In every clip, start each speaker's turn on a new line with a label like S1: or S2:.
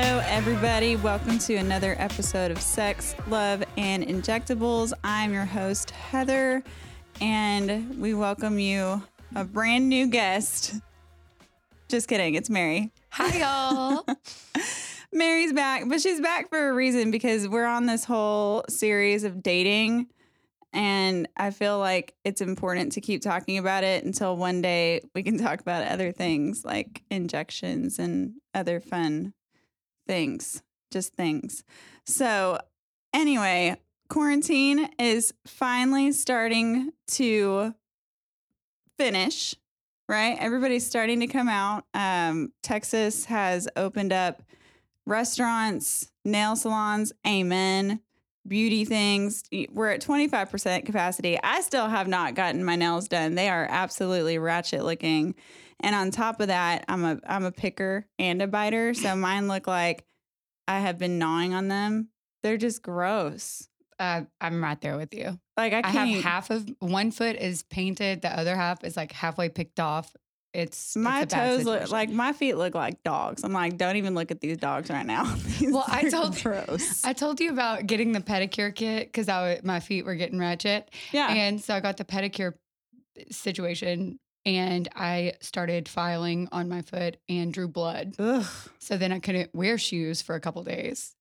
S1: everybody. Welcome to another episode of Sex, Love, and Injectables. I'm your host, Heather, and we welcome you a brand new guest. Just kidding, it's Mary.
S2: Hi, y'all.
S1: Mary's back, but she's back for a reason because we're on this whole series of dating. And I feel like it's important to keep talking about it until one day we can talk about other things like injections and other fun things, just things. So, anyway, quarantine is finally starting to finish, right? Everybody's starting to come out. Um, Texas has opened up restaurants, nail salons, amen, beauty things. We're at 25% capacity. I still have not gotten my nails done. They are absolutely ratchet looking. And on top of that, I'm a I'm a picker and a biter, so mine look like I have been gnawing on them. They're just gross.
S2: Uh, I'm right there with you.
S1: Like I
S2: I
S1: can't
S2: have
S1: even-
S2: half of one foot is painted, the other half is like halfway picked off. It's
S1: my
S2: it's a bad
S1: toes look
S2: situation.
S1: like my feet look like dogs. I'm like, don't even look at these dogs right now. These
S2: Well, I
S1: are
S2: told-
S1: gross.
S2: I told you about getting the pedicure kit because I w- my feet were getting ratchet,
S1: yeah.
S2: and so I got the pedicure uh, situation, and I started filing on my foot and drew blood.
S1: Ugh.
S2: So then I couldn't wear shoes for a couple days.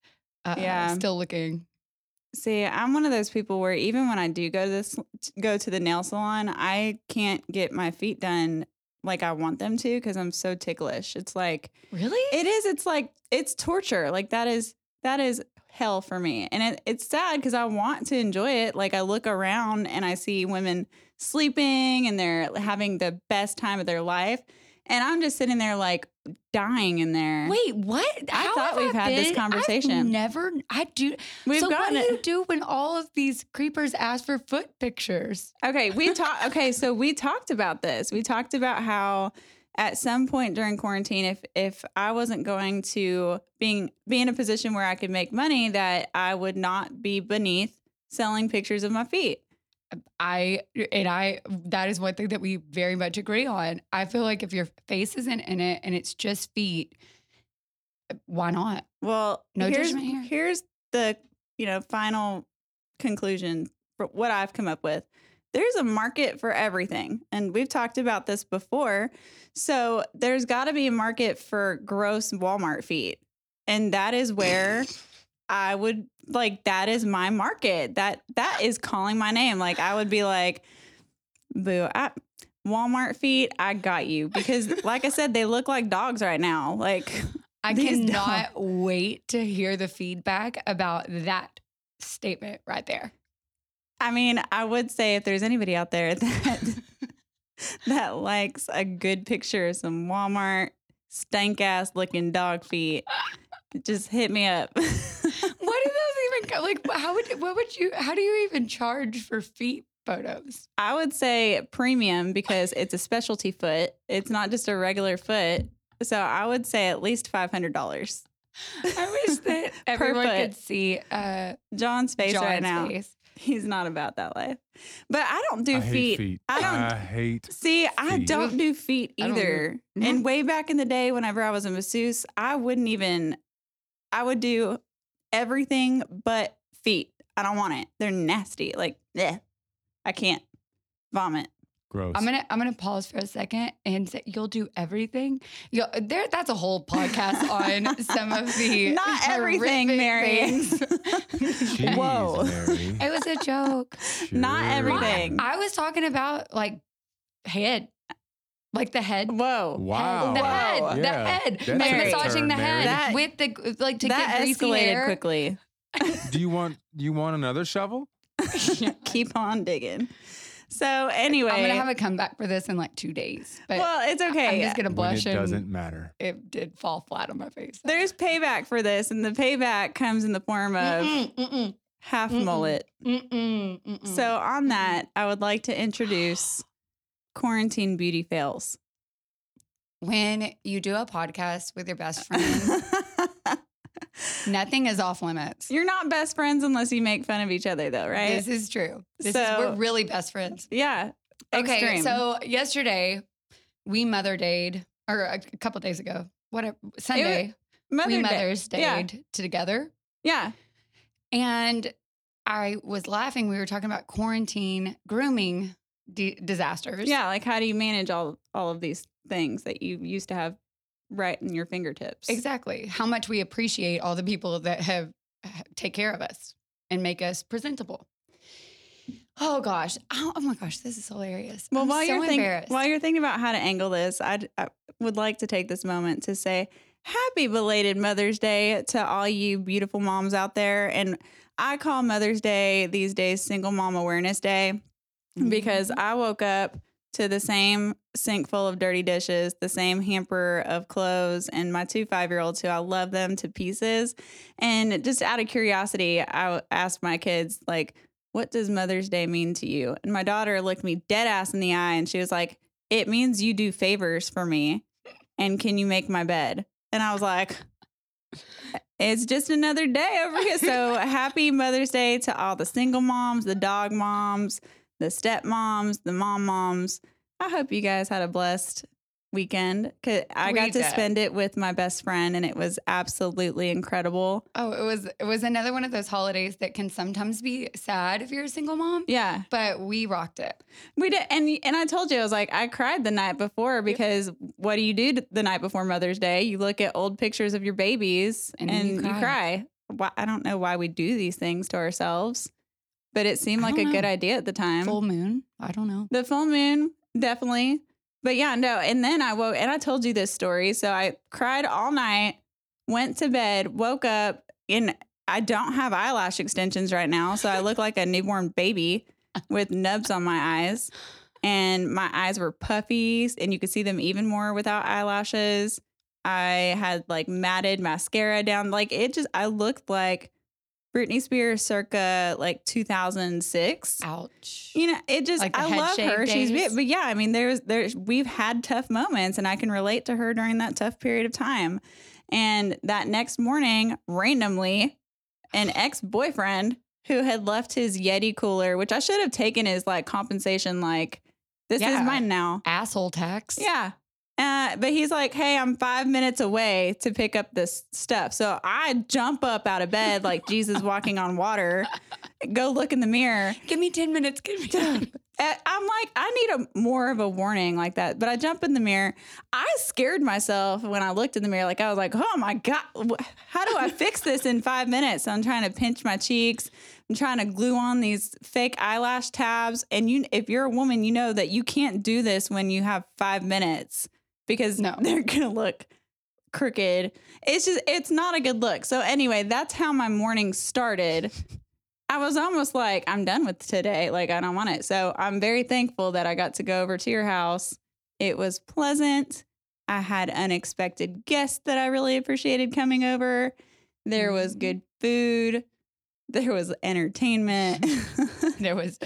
S2: Uh,
S1: Yeah.
S2: still looking.
S1: See, I'm one of those people where even when I do go to this go to the nail salon, I can't get my feet done like I want them to because I'm so ticklish. It's like
S2: Really?
S1: It is. It's like it's torture. Like that is that is hell for me, and it, it's sad because I want to enjoy it. Like I look around and I see women sleeping and they're having the best time of their life, and I'm just sitting there like dying in there.
S2: Wait, what?
S1: I
S2: How
S1: thought
S2: have
S1: we've
S2: I
S1: had this
S2: been- I've
S1: conversation.
S2: never. I do.
S1: we've
S2: so
S1: gotten
S2: what do
S1: it.
S2: you do when all of these creepers ask for foot pictures?
S1: Okay, we talked. Okay, so we talked about this. We talked about how at some point during quarantine, if if I wasn't going to being be in a position where I could make money, that I would not be beneath selling pictures of my feet.
S2: I and I that is one thing that we very much agree on. I feel like if your face isn't in it and it's just feet, why not?
S1: Well,
S2: No
S1: here's,
S2: judgment here.
S1: Here's the you know final conclusion for what I've come up with. There's a market for everything, and we've talked about this before. So there's got to be a market for gross Walmart feet, and that is where I would like that is my market. That that is calling my name. Like I would be like, boo, I, Walmart feet, I got you because, like I said, they look like dogs right now. Like
S2: I
S1: These
S2: cannot wait to hear the feedback about that statement right there.
S1: I mean, I would say if there's anybody out there that that likes a good picture of some Walmart stank ass looking dog feet, just hit me up.
S2: What do those even go? Like, how would what would you? How do you even charge for feet photos?
S1: I would say premium because it's a specialty foot. It's not just a regular foot. So I would say at least five hundred dollars.
S2: I wish that everyone
S1: Perfect.
S2: could see uh,
S1: John's face right
S2: John's
S1: now.
S2: face.
S1: He's not about that life. But I don't do
S3: I
S1: feet.
S3: hate feet.
S1: I don't-
S3: hate.
S1: See, I
S3: Feet.
S1: don't do feet
S2: I don't either.
S1: either.
S2: Mhm.
S1: And way back in the day, whenever I was a masseuse, I wouldn't even, I would do everything but feet. I don't want it. They're nasty. Like, bleh. I can't vomit.
S3: Gross.
S2: I'm gonna I'm gonna pause for a second and say you'll do everything. You'll, there, that's a whole podcast on some of the
S1: Not everything,
S2: horrific
S1: Mary.
S2: things.
S3: Jeez,
S1: Whoa.
S3: Mary.
S2: it was a joke.
S1: Not
S3: Sure.
S1: everything.
S2: I was talking about like head, like the head.
S1: Whoa.
S3: Wow.
S2: The head,
S1: Wow.
S2: the
S3: Yeah.
S2: head,
S3: That's
S2: like
S1: a
S2: massaging
S3: term,
S2: the
S3: Mary.
S2: head
S1: That-
S2: with the like to
S1: that
S2: get greasy
S1: escalated
S2: hair.
S1: quickly.
S3: Do you want you want another shovel?
S1: Keep on digging. So, anyway.
S2: I'm gonna have a comeback for this in like two days, but
S1: well, it's
S2: I'm
S1: okay.
S2: just gonna
S3: When
S2: blush
S3: it
S2: and
S3: doesn't matter.
S2: it did fall flat on my face.
S1: There's payback for this, and the payback comes in the form of
S2: Mm-mm, mm-mm,
S1: half
S2: Mm-mm.
S1: mullet.
S2: mm-mm, mm-mm.
S1: So, on that,
S2: Mm-hmm.
S1: I would like to introduce quarantine beauty fails.
S2: when you do a podcast with your best friend,
S1: You're
S2: nothing is off limits.
S1: not best friends unless you make fun of each other, though, right?
S2: This is true. This
S1: So-
S2: is, we're really best friends.
S1: yeah.
S2: Okay,
S1: Extreme.
S2: so yesterday we Mother Dayed, or a couple days ago, whatever, Sunday.
S1: Mother
S2: we
S1: Day.
S2: mothers
S1: Yeah.
S2: stayed together.
S1: Yeah.
S2: And I was laughing. We were talking about quarantine grooming di- disasters.
S1: Yeah. Like, how do you manage all all of these things that you used to have right in your fingertips?
S2: Exactly. How much we appreciate all the people that have ha- take care of us and make us presentable. Oh gosh. Oh, oh my gosh, this is hilarious.
S1: Well,
S2: I'm
S1: while
S2: so
S1: you're thinking
S2: embarrassed.
S1: while you're thinking about how to angle this, I'd, I would like to take this moment to say happy belated Mother's Day to all you beautiful moms out there. And I call Mother's Day these days Single Mom Awareness Day
S2: Mm-hmm.
S1: because I woke up to the same sink full of dirty dishes, the same hamper of clothes, and my two five year olds who I love them to pieces. And just out of curiosity, I asked my kids, like, what does Mother's Day mean to you? And my daughter looked me dead ass in the eye and she was like, it means you do favors for me. And can you make my bed? And I was like, it's just another day over here. So happy Mother's Day to all the single moms, the dog moms, the step moms, the mom moms. I hope you guys had a blessed weekend. 'Cause I
S2: We
S1: got to
S2: did.
S1: spend it with my best friend and it was absolutely incredible.
S2: Oh, it was it was another one of those holidays that can sometimes be sad if you're a single mom.
S1: Yeah.
S2: But we rocked it.
S1: We did, and and I told you I was like I cried the night before because what do you do t- the night before Mother's Day? You look at old pictures of your babies and,
S2: And then you
S1: you,
S2: cry.
S1: cry. Why, I don't know why we do these things to ourselves, but it seemed
S2: I
S1: like a
S2: don't
S1: good
S2: know.
S1: idea at the time.
S2: Full moon. I don't know.
S1: The full moon, definitely. But yeah, no. And then I woke, and I told you this story. So I cried all night, went to bed, woke up, and I don't have eyelash extensions right now. So I look like a newborn baby with nubs on my eyes. And my eyes were puffy, and you could see them even more without eyelashes. I had like matted mascara down. Like it just, I looked like Britney Spears circa like 2006
S2: Ouch.
S1: you know it just
S2: Like the
S1: i
S2: head
S1: love
S2: shave
S1: her she's
S2: days?
S1: bit- but yeah i mean there's there's we've had tough moments and i can relate to her during that tough period of time and that next morning randomly an ex-boyfriend who had left his yeti cooler which i should have taken as like compensation like this
S2: Yeah.
S1: is mine now
S2: Asshole tax.
S1: yeah uh, but he's like, hey, I'm five minutes away to pick up this stuff. So I jump up out of bed like Jesus walking on water, go look in the mirror,
S2: Give me 10 minutes. Give me 10 minutes.
S1: uh, I'm like, I need a more of a warning like that. But I jump in the mirror. I scared myself when I looked in the mirror. Like I was like, oh my god, wh- how do I fix this in five minutes? I'm trying to pinch my cheeks. I'm trying to glue on these fake eyelash tabs. And you, if you're a woman, you know that you can't do this when you have five minutes because
S2: No.
S1: they're gonna look crooked. It's just, it's not a good look. So anyway, that's how my morning started. I was almost like, I'm done with today. Like, I don't want it. So I'm very thankful that I got to go over to your house. It was pleasant. I had unexpected guests that I really appreciated coming over. There was
S2: Mhm.
S1: good food. There was entertainment.
S2: There was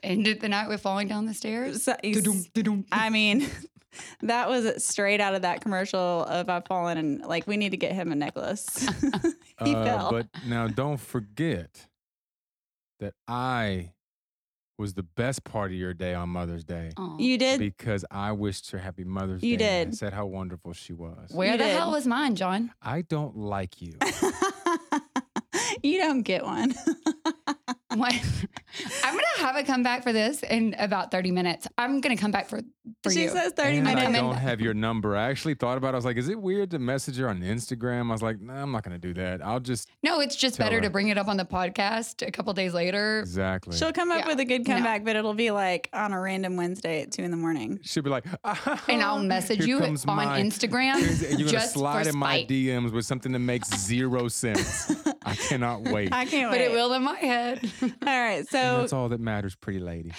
S2: ended the night with falling down the stairs.
S1: So- I mean, that was straight out of that commercial of I've fallen and like, we need to get him a necklace. He fell.
S3: Uh, But now don't forget that I was the best part of your day on Mother's Day
S2: Aw.
S1: you did.
S3: because I wished her happy Mother's
S1: You
S3: Day. and I
S1: did.
S3: said how wonderful she was.
S2: Where
S1: You
S2: the
S1: did.
S2: hell was mine, John?
S3: I don't like you.
S1: you don't get one.
S2: What? I'm gonna have a comeback for this in about 30 minutes. I'm gonna come back for for
S1: she
S2: you.
S1: says 30
S3: and
S1: minutes.
S3: I
S2: minutes.
S3: don't have your number. I actually thought about it. I was like, is it weird to message her on Instagram? I was like, nah, I'm not going to do that. I'll just
S2: no, it's just
S3: Tell
S2: better
S3: her.
S2: to bring it up on the podcast a couple days later.
S3: exactly.
S1: She'll come up
S2: Yeah.
S1: with a good
S2: No.
S1: comeback, but it'll be like on a random Wednesday at two in the morning.
S3: She'll be like,
S2: And I'll message
S3: here
S2: you on
S3: comes my-
S2: Instagram.
S3: Here's- and you're gonna
S2: just
S3: slide
S2: for
S3: in my
S2: spite.
S3: DMs with something that makes zero sense. I cannot wait.
S1: I can't wait.
S2: But it will in my head.
S1: All right.
S3: And
S1: So
S3: that's all that matters, pretty lady.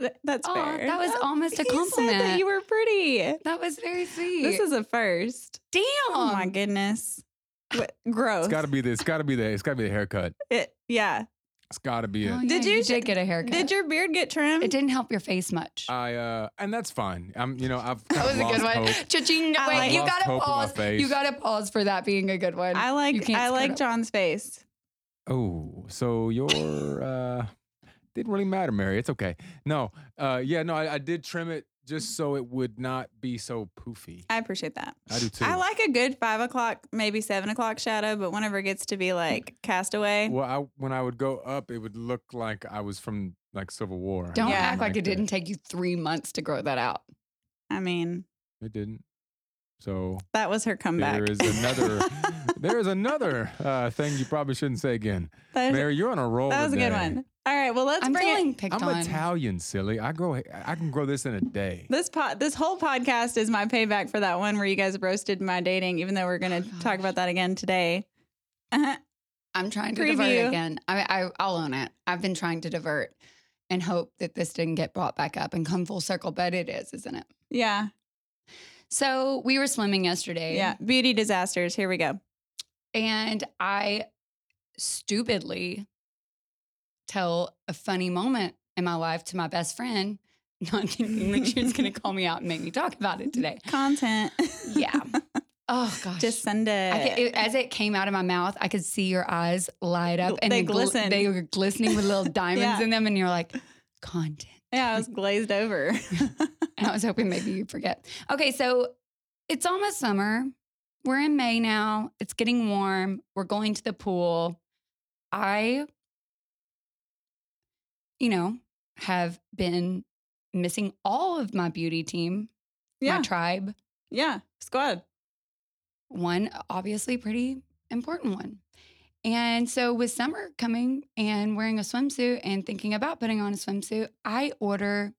S1: th- that's
S2: Aw,
S1: fair. Oh,
S2: that was almost a
S1: he Said that
S2: compliment.
S1: you were pretty.
S2: that was very sweet.
S1: This is a first.
S2: damn.
S1: Oh my goodness. What,
S3: It's
S1: growth.
S3: got to be this. It's got to be the. It's got to be the haircut.
S1: It- yeah.
S3: It's got to be
S2: Oh,
S3: it.
S2: yeah,
S1: Did you-
S2: did get a haircut?
S1: Did your beard get
S2: It
S1: trimmed?
S2: didn't help your face much.
S3: I uh, and that's fine. I'm, you know, I've
S2: that
S3: kinda
S2: was a
S3: lost
S2: good one.
S3: hope.
S2: Cha-ching. Wait,
S1: I like-
S2: you
S3: Lost
S2: gotta
S3: hope in my
S2: pause.
S3: face.
S2: You gotta pause for that being a good one.
S1: I
S2: You
S1: like
S2: can't
S1: I
S2: screw it
S1: like
S2: up.
S1: John's face.
S3: Oh, so your uh, didn't really matter, Mary. It's okay. No, uh, yeah, no, I, I did trim it just so it would not be so poofy.
S1: I appreciate that.
S3: I do too.
S1: I like a good five o'clock, maybe seven o'clock shadow, but whenever it gets to be like castaway,
S3: Well, I, when I would go up, it would look like I was from like Civil War.
S2: Don't
S1: Yeah.
S2: act like it
S3: that.
S2: didn't take you three months to grow that out.
S1: I mean,
S3: It didn't. So
S1: that was her comeback.
S3: there is another. there is another uh, thing you probably shouldn't say again.
S1: that was,
S3: Mary, you're on a roll.
S1: that was a good
S3: today.
S1: one. All right, well let's
S2: I'm
S1: bring it.
S2: feeling picked
S3: I'm
S2: on.
S3: Italian, silly. I grow. I can grow this in a day.
S1: This pod, this whole podcast is my payback for that one where you guys roasted my dating. Even though we're going to
S2: Oh,
S1: talk
S2: gosh.
S1: about that again today. Uh-huh.
S2: I'm trying to divert
S1: Preview.
S2: again. I, I, I'll own it. I've been trying to divert and hope that this didn't get brought back up and come full circle, but it is, isn't it?
S1: Yeah,
S2: So we were swimming yesterday.
S1: yeah. Beauty disasters. Here we go.
S2: And I stupidly tell a funny moment in my life to my best friend, not thinking that she was going to call me out and make me talk about it today.
S1: Content.
S2: Yeah. Oh, gosh.
S1: Just send it.
S2: I could, it, as it came out of my mouth, I could see your eyes light up and
S1: They
S2: gl-
S1: glistened.
S2: they were glistening with little diamonds
S1: Yeah.
S2: in them, and you're like, content.
S1: yeah, I was glazed over.
S2: And I was hoping maybe you'd forget. Okay, so it's almost summer. We're in May now. It's getting warm. We're going to the pool. I, you know, have been missing all of my beauty team,
S1: yeah,
S2: my tribe.
S1: yeah. Squad.
S2: one obviously pretty important one. And so with summer coming and wearing a swimsuit and thinking about putting on a swimsuit, I order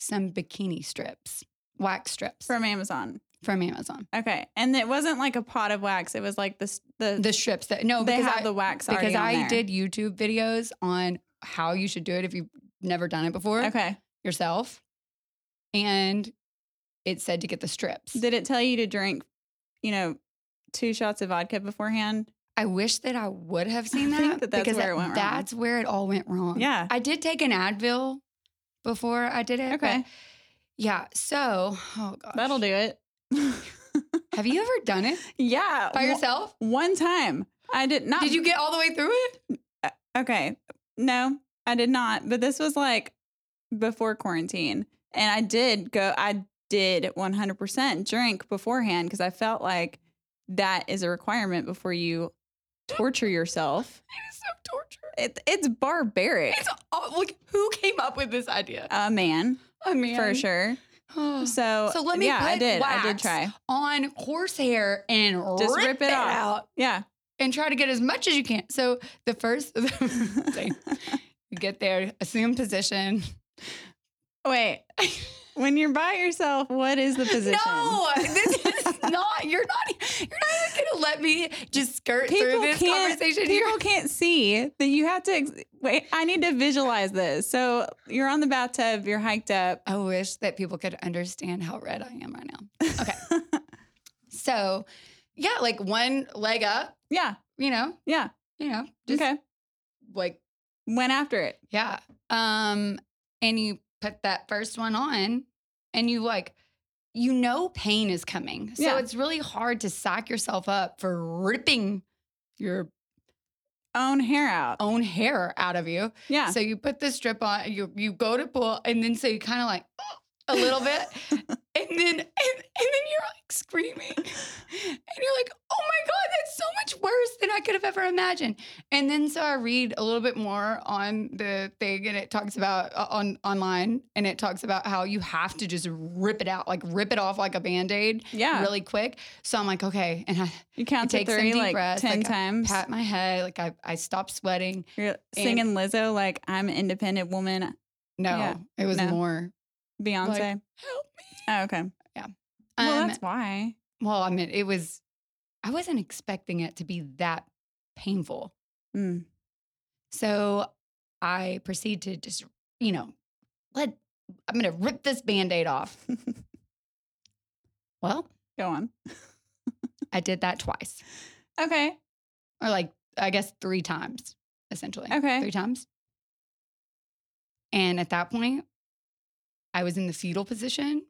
S2: some bikini strips, wax strips from,
S1: from Amazon.
S2: Amazon.
S1: Okay, and it wasn't like a pot of wax. It was like this the,
S2: The strips that no,
S1: they
S2: because
S1: have
S2: I,
S1: the wax already
S2: because
S1: on
S2: I
S1: there.
S2: did YouTube videos on how you should do it if you've never done it before
S1: Okay,
S2: yourself. And it said to get the strips.
S1: did it tell you to drink, you know, two shots of vodka beforehand?
S2: I wish that I would have seen
S1: I
S2: that,
S1: think that that's
S2: because
S1: where it went wrong.
S2: that's where it all went wrong.
S1: Yeah.
S2: I did take an Advil before I did it.
S1: Okay,
S2: but yeah. So, oh gosh.
S1: that'll do it.
S2: Have you ever done it
S1: yeah,
S2: by
S1: one-
S2: yourself?
S1: One time I did not.
S2: Did you get all the way through it?
S1: Okay, no, I did not. But this was like before quarantine, and I did go. I did one hundred percent drink beforehand because I felt like that is a requirement before you torture yourself.
S2: It's so torture.
S1: It, it's barbaric.
S2: It's all, like who came up with this idea?
S1: a man
S2: I mean,
S1: for sure.
S2: Oh.
S1: So
S2: So let me
S1: yeah, I
S2: put
S1: did. I did
S2: wax.
S1: try.
S2: on horsehair and
S1: Just
S2: rip,
S1: rip it
S2: it
S1: off.
S2: out
S1: Yeah,
S2: and try to get as much as you can. So the first, you get there, assume position.
S1: wait. when you're by yourself, what is the position?
S2: No, this is not. You're not. You're not even gonna let me just skirt through
S1: People
S2: this
S1: can't.
S2: conversation here.
S1: People can't see that you have to. Ex- wait, I need to visualize this. So you're on the bathtub. You're hiked up.
S2: I wish that people could understand how red I am right now. Okay. so, yeah, like one leg up.
S1: Yeah,
S2: You know.
S1: yeah.
S2: You know. Just
S1: okay,
S2: Like
S1: went after it.
S2: yeah. Um, and you put that first one on, and you like. You know pain is coming. So
S1: Yeah.
S2: it's really hard to psych yourself up for ripping your
S1: Own hair out.
S2: own hair out of you.
S1: Yeah,
S2: So you put the strip on, you you go to pull, and then so you kind of like "Oh," a little bit, and then and, and then you're like screaming, and you're like, oh my god, that's so much worse than I could have ever imagined. And then so I read a little bit more on the thing, and it talks about uh, on online, and it talks about how you have to just rip it out, like rip it off like a band aid,
S1: yeah.
S2: really quick. So I'm like, okay, and I
S1: you count to
S2: take some
S1: three
S2: deep
S1: like
S2: breaths,
S1: ten
S2: like,
S1: times.
S2: pat my head, like I I stop sweating.
S1: you're singing Lizzo like I'm an independent woman.
S2: No,
S1: Yeah.
S2: it was
S1: No.
S2: more.
S1: Beyonce.
S2: Help
S1: Oh, okay.
S2: Um,
S1: well, that's why.
S2: Well, I mean, it was, I wasn't expecting it to be that painful.
S1: Mm.
S2: So I proceed to just, you know, let, I'm going to rip this band aid off. well,
S1: Go on.
S2: I did that twice,
S1: Okay.
S2: or like, I guess three times, essentially.
S1: Okay.
S2: Three times. And at that point, I was in the fetal position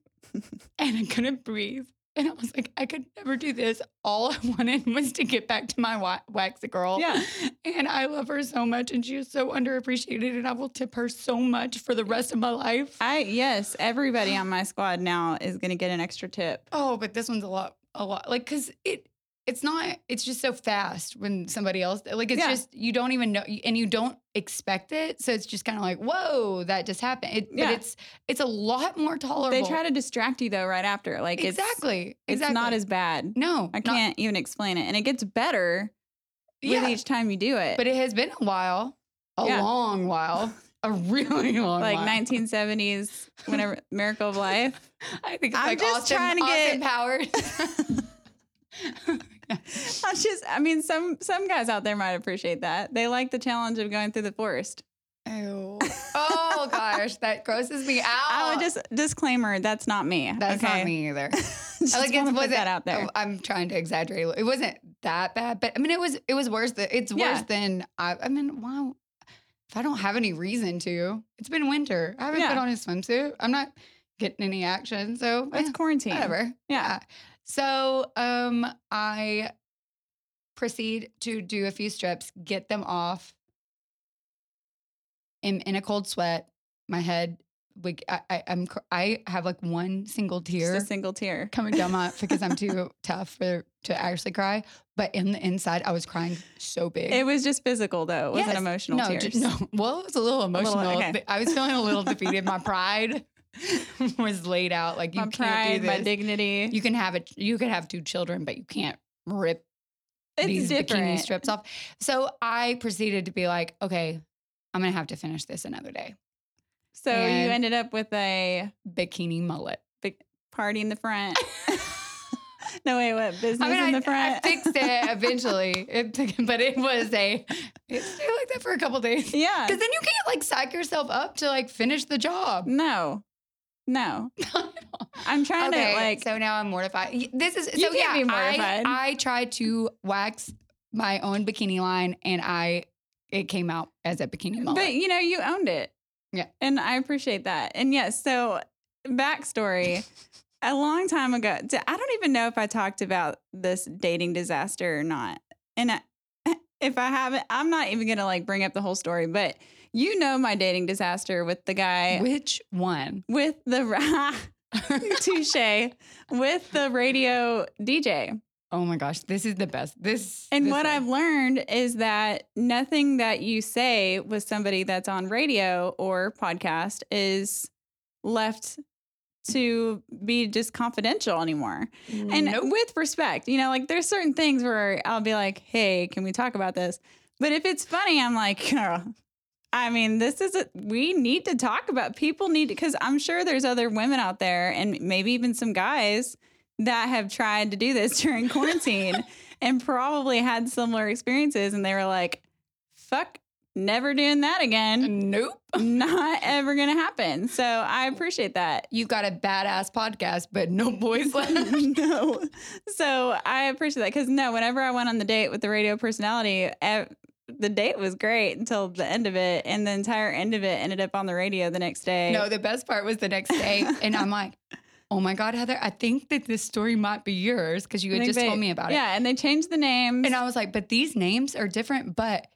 S2: and I couldn't breathe. And I was like, I could never do this. All I wanted was to get back to my wa- wax girl.
S1: Yeah.
S2: And I love her so much. And she is so underappreciated. And I will tip her so much for the rest of my life.
S1: I yes, everybody on my squad now is gonna get an extra tip.
S2: Oh, but this one's a lot, a lot. Like, cause it, it's not. It's just so fast when somebody else. Like, it's
S1: Yeah.
S2: just you don't even know, and you don't expect it. So it's just kind of like, whoa, that just happened. It,
S1: Yeah.
S2: But it's it's a lot more tolerable.
S1: They try to distract you though right after. Like it's
S2: exactly.
S1: it's
S2: exactly.
S1: not as bad.
S2: no.
S1: I
S2: not-
S1: can't even explain it. And it gets better
S2: yeah,
S1: with each time you do it.
S2: but it has been a while, a
S1: Yeah.
S2: long while, a really long,
S1: like
S2: while.
S1: 1970s, whenever Miracle of Life.
S2: I think it's
S1: I'm
S2: like
S1: just
S2: Austin,
S1: trying to
S2: Austin
S1: get-
S2: Powers.
S1: I just, I mean, some some guys out there might appreciate that. They like the challenge of going through the forest.
S2: Ew. Oh gosh, that grosses me out.
S1: I would just disclaimer, that's not me.
S2: Uh, That's
S1: okay?
S2: not me either.
S1: just
S2: like
S1: wanna
S2: it
S1: put
S2: wasn't
S1: that out there.
S2: oh, I'm trying to exaggerate. a little. It wasn't that bad, but I mean, it was. It was worse. Than, it's
S1: Yeah.
S2: worse than I. I mean, wow. If I don't have any reason to, it's been winter. I haven't
S1: Yeah.
S2: put on a swimsuit. I'm not getting any action. So
S1: It's
S2: eh,
S1: quarantine.
S2: whatever. Uh,
S1: Yeah.
S2: So um, I proceed to do a few strips, get them off. Am in a cold sweat. My head, like I, I, I'm, cr- I have like one single tear
S1: Just a single tear.
S2: coming down my because I'm too tough for to actually cry. But in the inside, I was crying so big.
S1: It was just physical though. It wasn't
S2: Yes.
S1: emotional
S2: no,
S1: tears.
S2: ju- no. Well, it was a little
S1: little,
S2: emotional.
S1: okay.
S2: I was feeling a little defeated. My pride was laid out. Like you
S1: My
S2: can't
S1: pride,
S2: do this.
S1: my dignity.
S2: You can have it. You could have two children, but you can't rip
S1: it's
S2: these bikini
S1: different.
S2: strips off. So I proceeded to be like, okay, I'm gonna have to finish this another day.
S1: So you
S2: and-
S1: ended up with a
S2: Bikini mullet.
S1: party in the front. no wait, what business
S2: I mean,
S1: in
S2: I,
S1: the front?
S2: I fixed it eventually, it, took- but it was a it stayed like that for a couple days.
S1: yeah.
S2: Because then you can't like psych yourself up to like finish the job.
S1: No. No. I'm trying to like
S2: so now I'm mortified. Y- This is
S1: You
S2: so
S1: can't
S2: yeah.
S1: be
S2: I,
S1: mortified.
S2: I tried to wax my own bikini line, and I it came out as a bikini mullet.
S1: But you know, you owned it.
S2: Yeah.
S1: And I appreciate that. And yes, so backstory. a long time ago, d- I don't even know if I talked about this dating disaster or not. And I, if I haven't, I'm not even gonna like bring up the whole story, but you know my dating disaster with the guy
S2: Which one?
S1: with the ra- touche with the radio DJ.
S2: Oh my gosh, this is the best. This
S1: And
S2: this
S1: what
S2: is-
S1: I've learned is that nothing that you say with somebody that's on radio or podcast is left to be just confidential anymore. And
S2: Nope.
S1: with respect, you know, like there's certain things where I'll be like, "Hey, can we talk about this?" But if it's funny, I'm like, "Girl, I mean, this is a, we need to talk about. People need to because I'm sure there's other women out there and maybe even some guys that have tried to do this during quarantine and probably had similar experiences and they were like, "Fuck, never doing that again.
S2: nope.
S1: Not ever going to happen." So, I appreciate that.
S2: You got a badass podcast, but no boys left.
S1: no. So I appreciate that because no, whenever I went on the date with the radio personality, ev- the date was great until the end of it, and the entire end of it ended up on the radio the next day.
S2: No, the best part was the next day, and I'm like, "Oh my god, Heather, I think that this story might be yours because you
S1: I
S2: had
S1: think
S2: just
S1: they-
S2: told me about
S1: Yeah, and they changed the names.
S2: it." And I was like, "But these names are different, but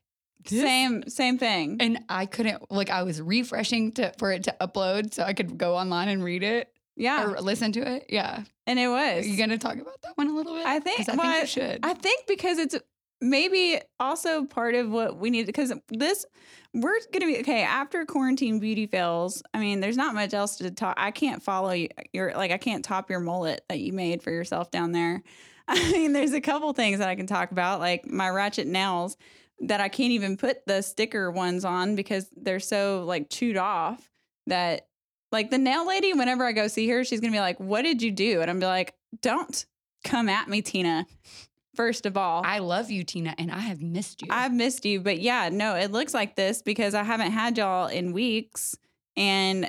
S2: this-
S1: same same thing.
S2: And I couldn't like I was refreshing to for it to upload so I could go online and read it
S1: yeah,
S2: or listen to it. Yeah,
S1: and it
S2: are
S1: was.
S2: you gonna talk about that one a little bit?
S1: I think-
S2: 'Cause I
S1: well,
S2: think you should.
S1: I think because it's maybe also part of what we need because this we're gonna be okay after quarantine beauty fails. I mean, there's not much else to talk. I can't follow you. Your like I can't top your mullet that you made for yourself down there. I mean, there's a couple things that I can talk about, like my ratchet nails that I can't even put the sticker ones on because they're so like chewed off that like the nail lady, whenever I go see her, she's gonna be like, What did you do? And I'm be like, Don't come at me, Tina. First of all,
S2: I love you, Tina, and I have missed you.
S1: I've missed you, but yeah, no, it looks like this because I haven't had y'all in weeks, and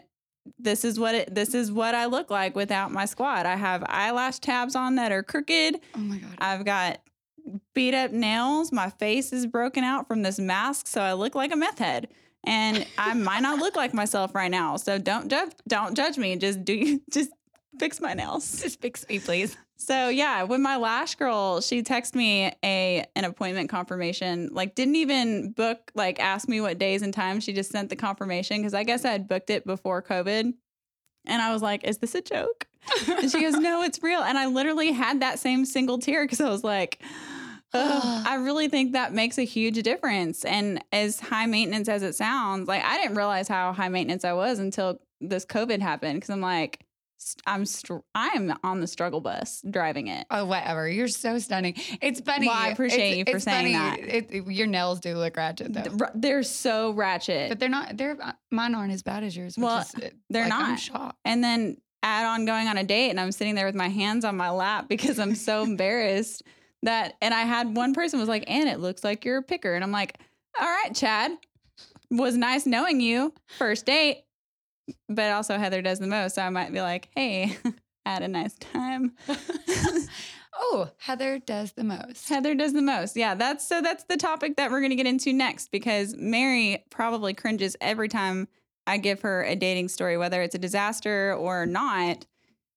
S1: this is what it, this is what I look like without my squad. I have eyelash tabs on that are crooked.
S2: oh my god,
S1: I've got beat up nails. My face is broken out from this mask, so I look like a meth head. And I might not look like myself right now, so don't judge. Don't judge me. Just do. Just fix my nails.
S2: Just fix me, please.
S1: So yeah, when my lash girl, she texted me a an appointment confirmation. Like didn't even book, like ask me what days and times. She just sent the confirmation because I guess I had booked it before COVID. And I was like, "Is this a joke?" And she goes, "No, it's real." And I literally had that same single tear because I was like, "Ugh, "I really think that makes a huge difference." And as high maintenance as it sounds, like I didn't realize how high maintenance I was until this COVID happened. Because I'm like, st- I'm str- I'm on the struggle bus driving it.
S2: Oh, whatever. You're so stunning. It's funny.
S1: Well, I appreciate
S2: It's-
S1: you for
S2: it's
S1: saying
S2: funny.
S1: that.
S2: It, it- your nails do look ratchet though,
S1: Th- r- They're so ratchet.
S2: but they're not. They're uh, mine aren't as bad as yours. Which
S1: Well,
S2: is, uh,
S1: they're
S2: like, I'm
S1: not.
S2: shocked.
S1: and then add on going on a date, and I'm sitting there with my hands on my lap because I'm so embarrassed that. And I had one person was like, "And it looks like you're a picker," and I'm like, "All right, Chad, was nice knowing you. First date." But also Heather does the most, so I might be like, "Hey, had a nice time."
S2: Oh, Heather does the most.
S1: Heather does the most. Yeah, that's so that's the topic that we're going to get into next because Mary probably cringes every time I give her a dating story whether it's a disaster or not.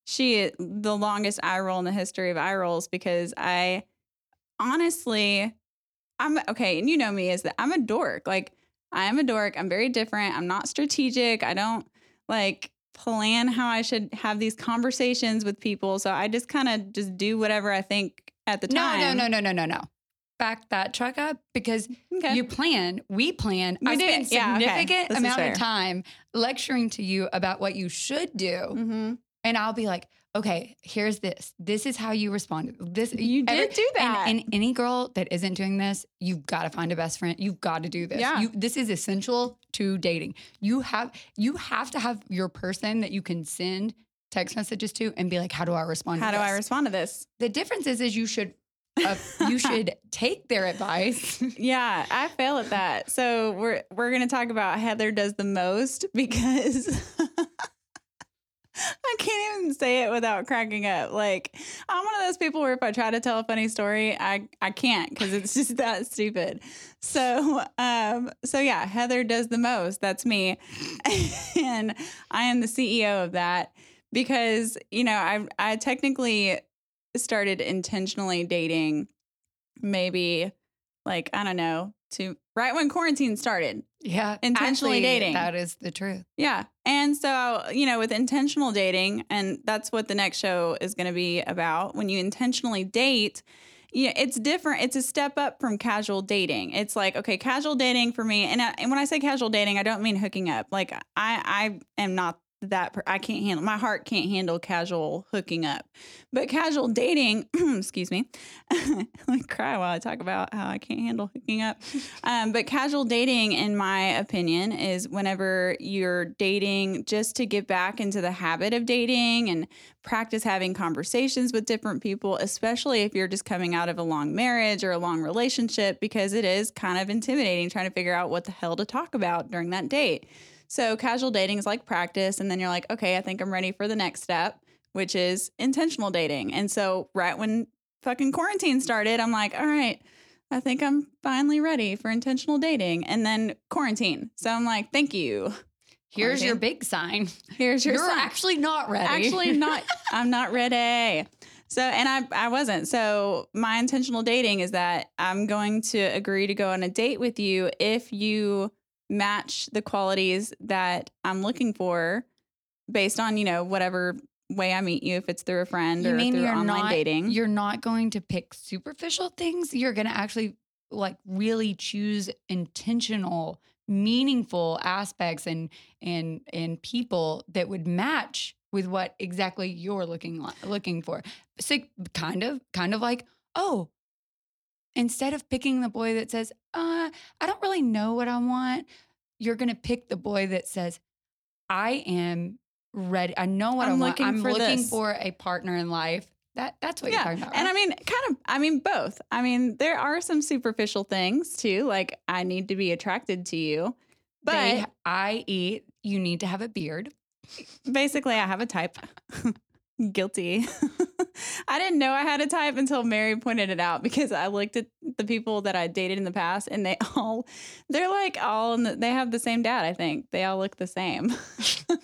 S1: She the longest eye roll in the history of eye rolls because I honestly I'm okay, and you know me is that I'm a dork. Like I am a dork. I'm very different. I'm not strategic. I don't like plan how I should have these conversations with people. So I just kind of just do whatever I think at the
S2: No,
S1: time.
S2: no, no, no, no, no, no. Back that truck up because
S1: Okay.
S2: you plan, we plan.
S1: We
S2: I
S1: did,
S2: spent
S1: yeah, okay.
S2: significant
S1: This is
S2: amount
S1: fair.
S2: of time lecturing to you about what you should do,
S1: mm-hmm.
S2: and I'll be like, "Okay, here's this. This is how you responded. This
S1: You did
S2: every-
S1: do that.
S2: And, and any girl that isn't doing this, you've got to find a best friend. You've got to do this.
S1: Yeah.
S2: You, this is essential to dating. You have you have to have your person that you can send text messages to and be like, how do I respond?
S1: How
S2: to
S1: do I
S2: this?
S1: respond to this?
S2: the difference is, is you should uh, you should take their advice.
S1: Yeah, I fail at that. So we're we're gonna talk about Heather does the most because I can't even say it without cracking up. Like I'm one of those people where if I try to tell a funny story, I I can't because it's just that stupid. So um so yeah, Heather does the most. That's me, and I am the CEO of that because you know I I technically started intentionally dating maybe like I don't know to right when quarantine started.
S2: Yeah,
S1: Intentionally
S2: actually,
S1: dating.
S2: That is the truth.
S1: Yeah. And so, you know, with intentional dating, and that's what the next show is going to be about. When you intentionally date, yeah, it's different. It's a step up from casual dating. It's like, okay, casual dating for me. And, I, and when I say casual dating, I don't mean hooking up. Like I, I am not that, per- I can't handle, my heart can't handle casual hooking up, but casual dating, excuse me, I cry while I talk about how I can't handle hooking up. Um, but casual dating, in my opinion, is whenever you're dating just to get back into the habit of dating and practice having conversations with different people, especially if you're just coming out of a long marriage or a long relationship, because it is kind of intimidating trying to figure out what the hell to talk about during that date. So, casual dating is like practice, and then you're like, okay, I think I'm ready for the next step, which is intentional dating. And so, right when fucking quarantine started, I'm like, all right, I think I'm finally ready for intentional dating and then quarantine. So I'm like, thank you.
S2: Here's
S1: Quarantine.
S2: your big sign.
S1: Here's your
S2: You're
S1: sign.
S2: actually not ready.
S1: Actually, not. I'm not ready. So, and I, I wasn't. So, my intentional dating is that I'm going to agree to go on a date with you if you match the qualities that I'm looking for based on, you know, whatever way I meet you, if it's through a friend
S2: you
S1: or
S2: mean
S1: through
S2: you're
S1: online
S2: not
S1: dating.
S2: You're not going to pick superficial things. You're going to actually like really choose intentional, meaningful aspects and and and people that would match with what exactly you're looking li- looking for. So kind of kind of like oh. Instead of picking the boy that says, uh, I don't really know what I want, you're going to pick the boy that says, I am ready. I know what i
S1: I'm
S2: want.
S1: looking
S2: I'm
S1: for
S2: looking
S1: this."
S2: for a partner in life. That that's what
S1: yeah.
S2: you're talking about. Uh-huh.
S1: And I
S2: right?
S1: mean, kind of, I mean, both. I mean, there are some superficial things too, like I need to be attracted to you. But
S2: They- i.e., you need to have a beard.
S1: basically i have a type guilty i didn't know i had a type until mary pointed it out because i looked at the people that i dated in the past and they all they're like all in the, they have the same dad i think they all look the same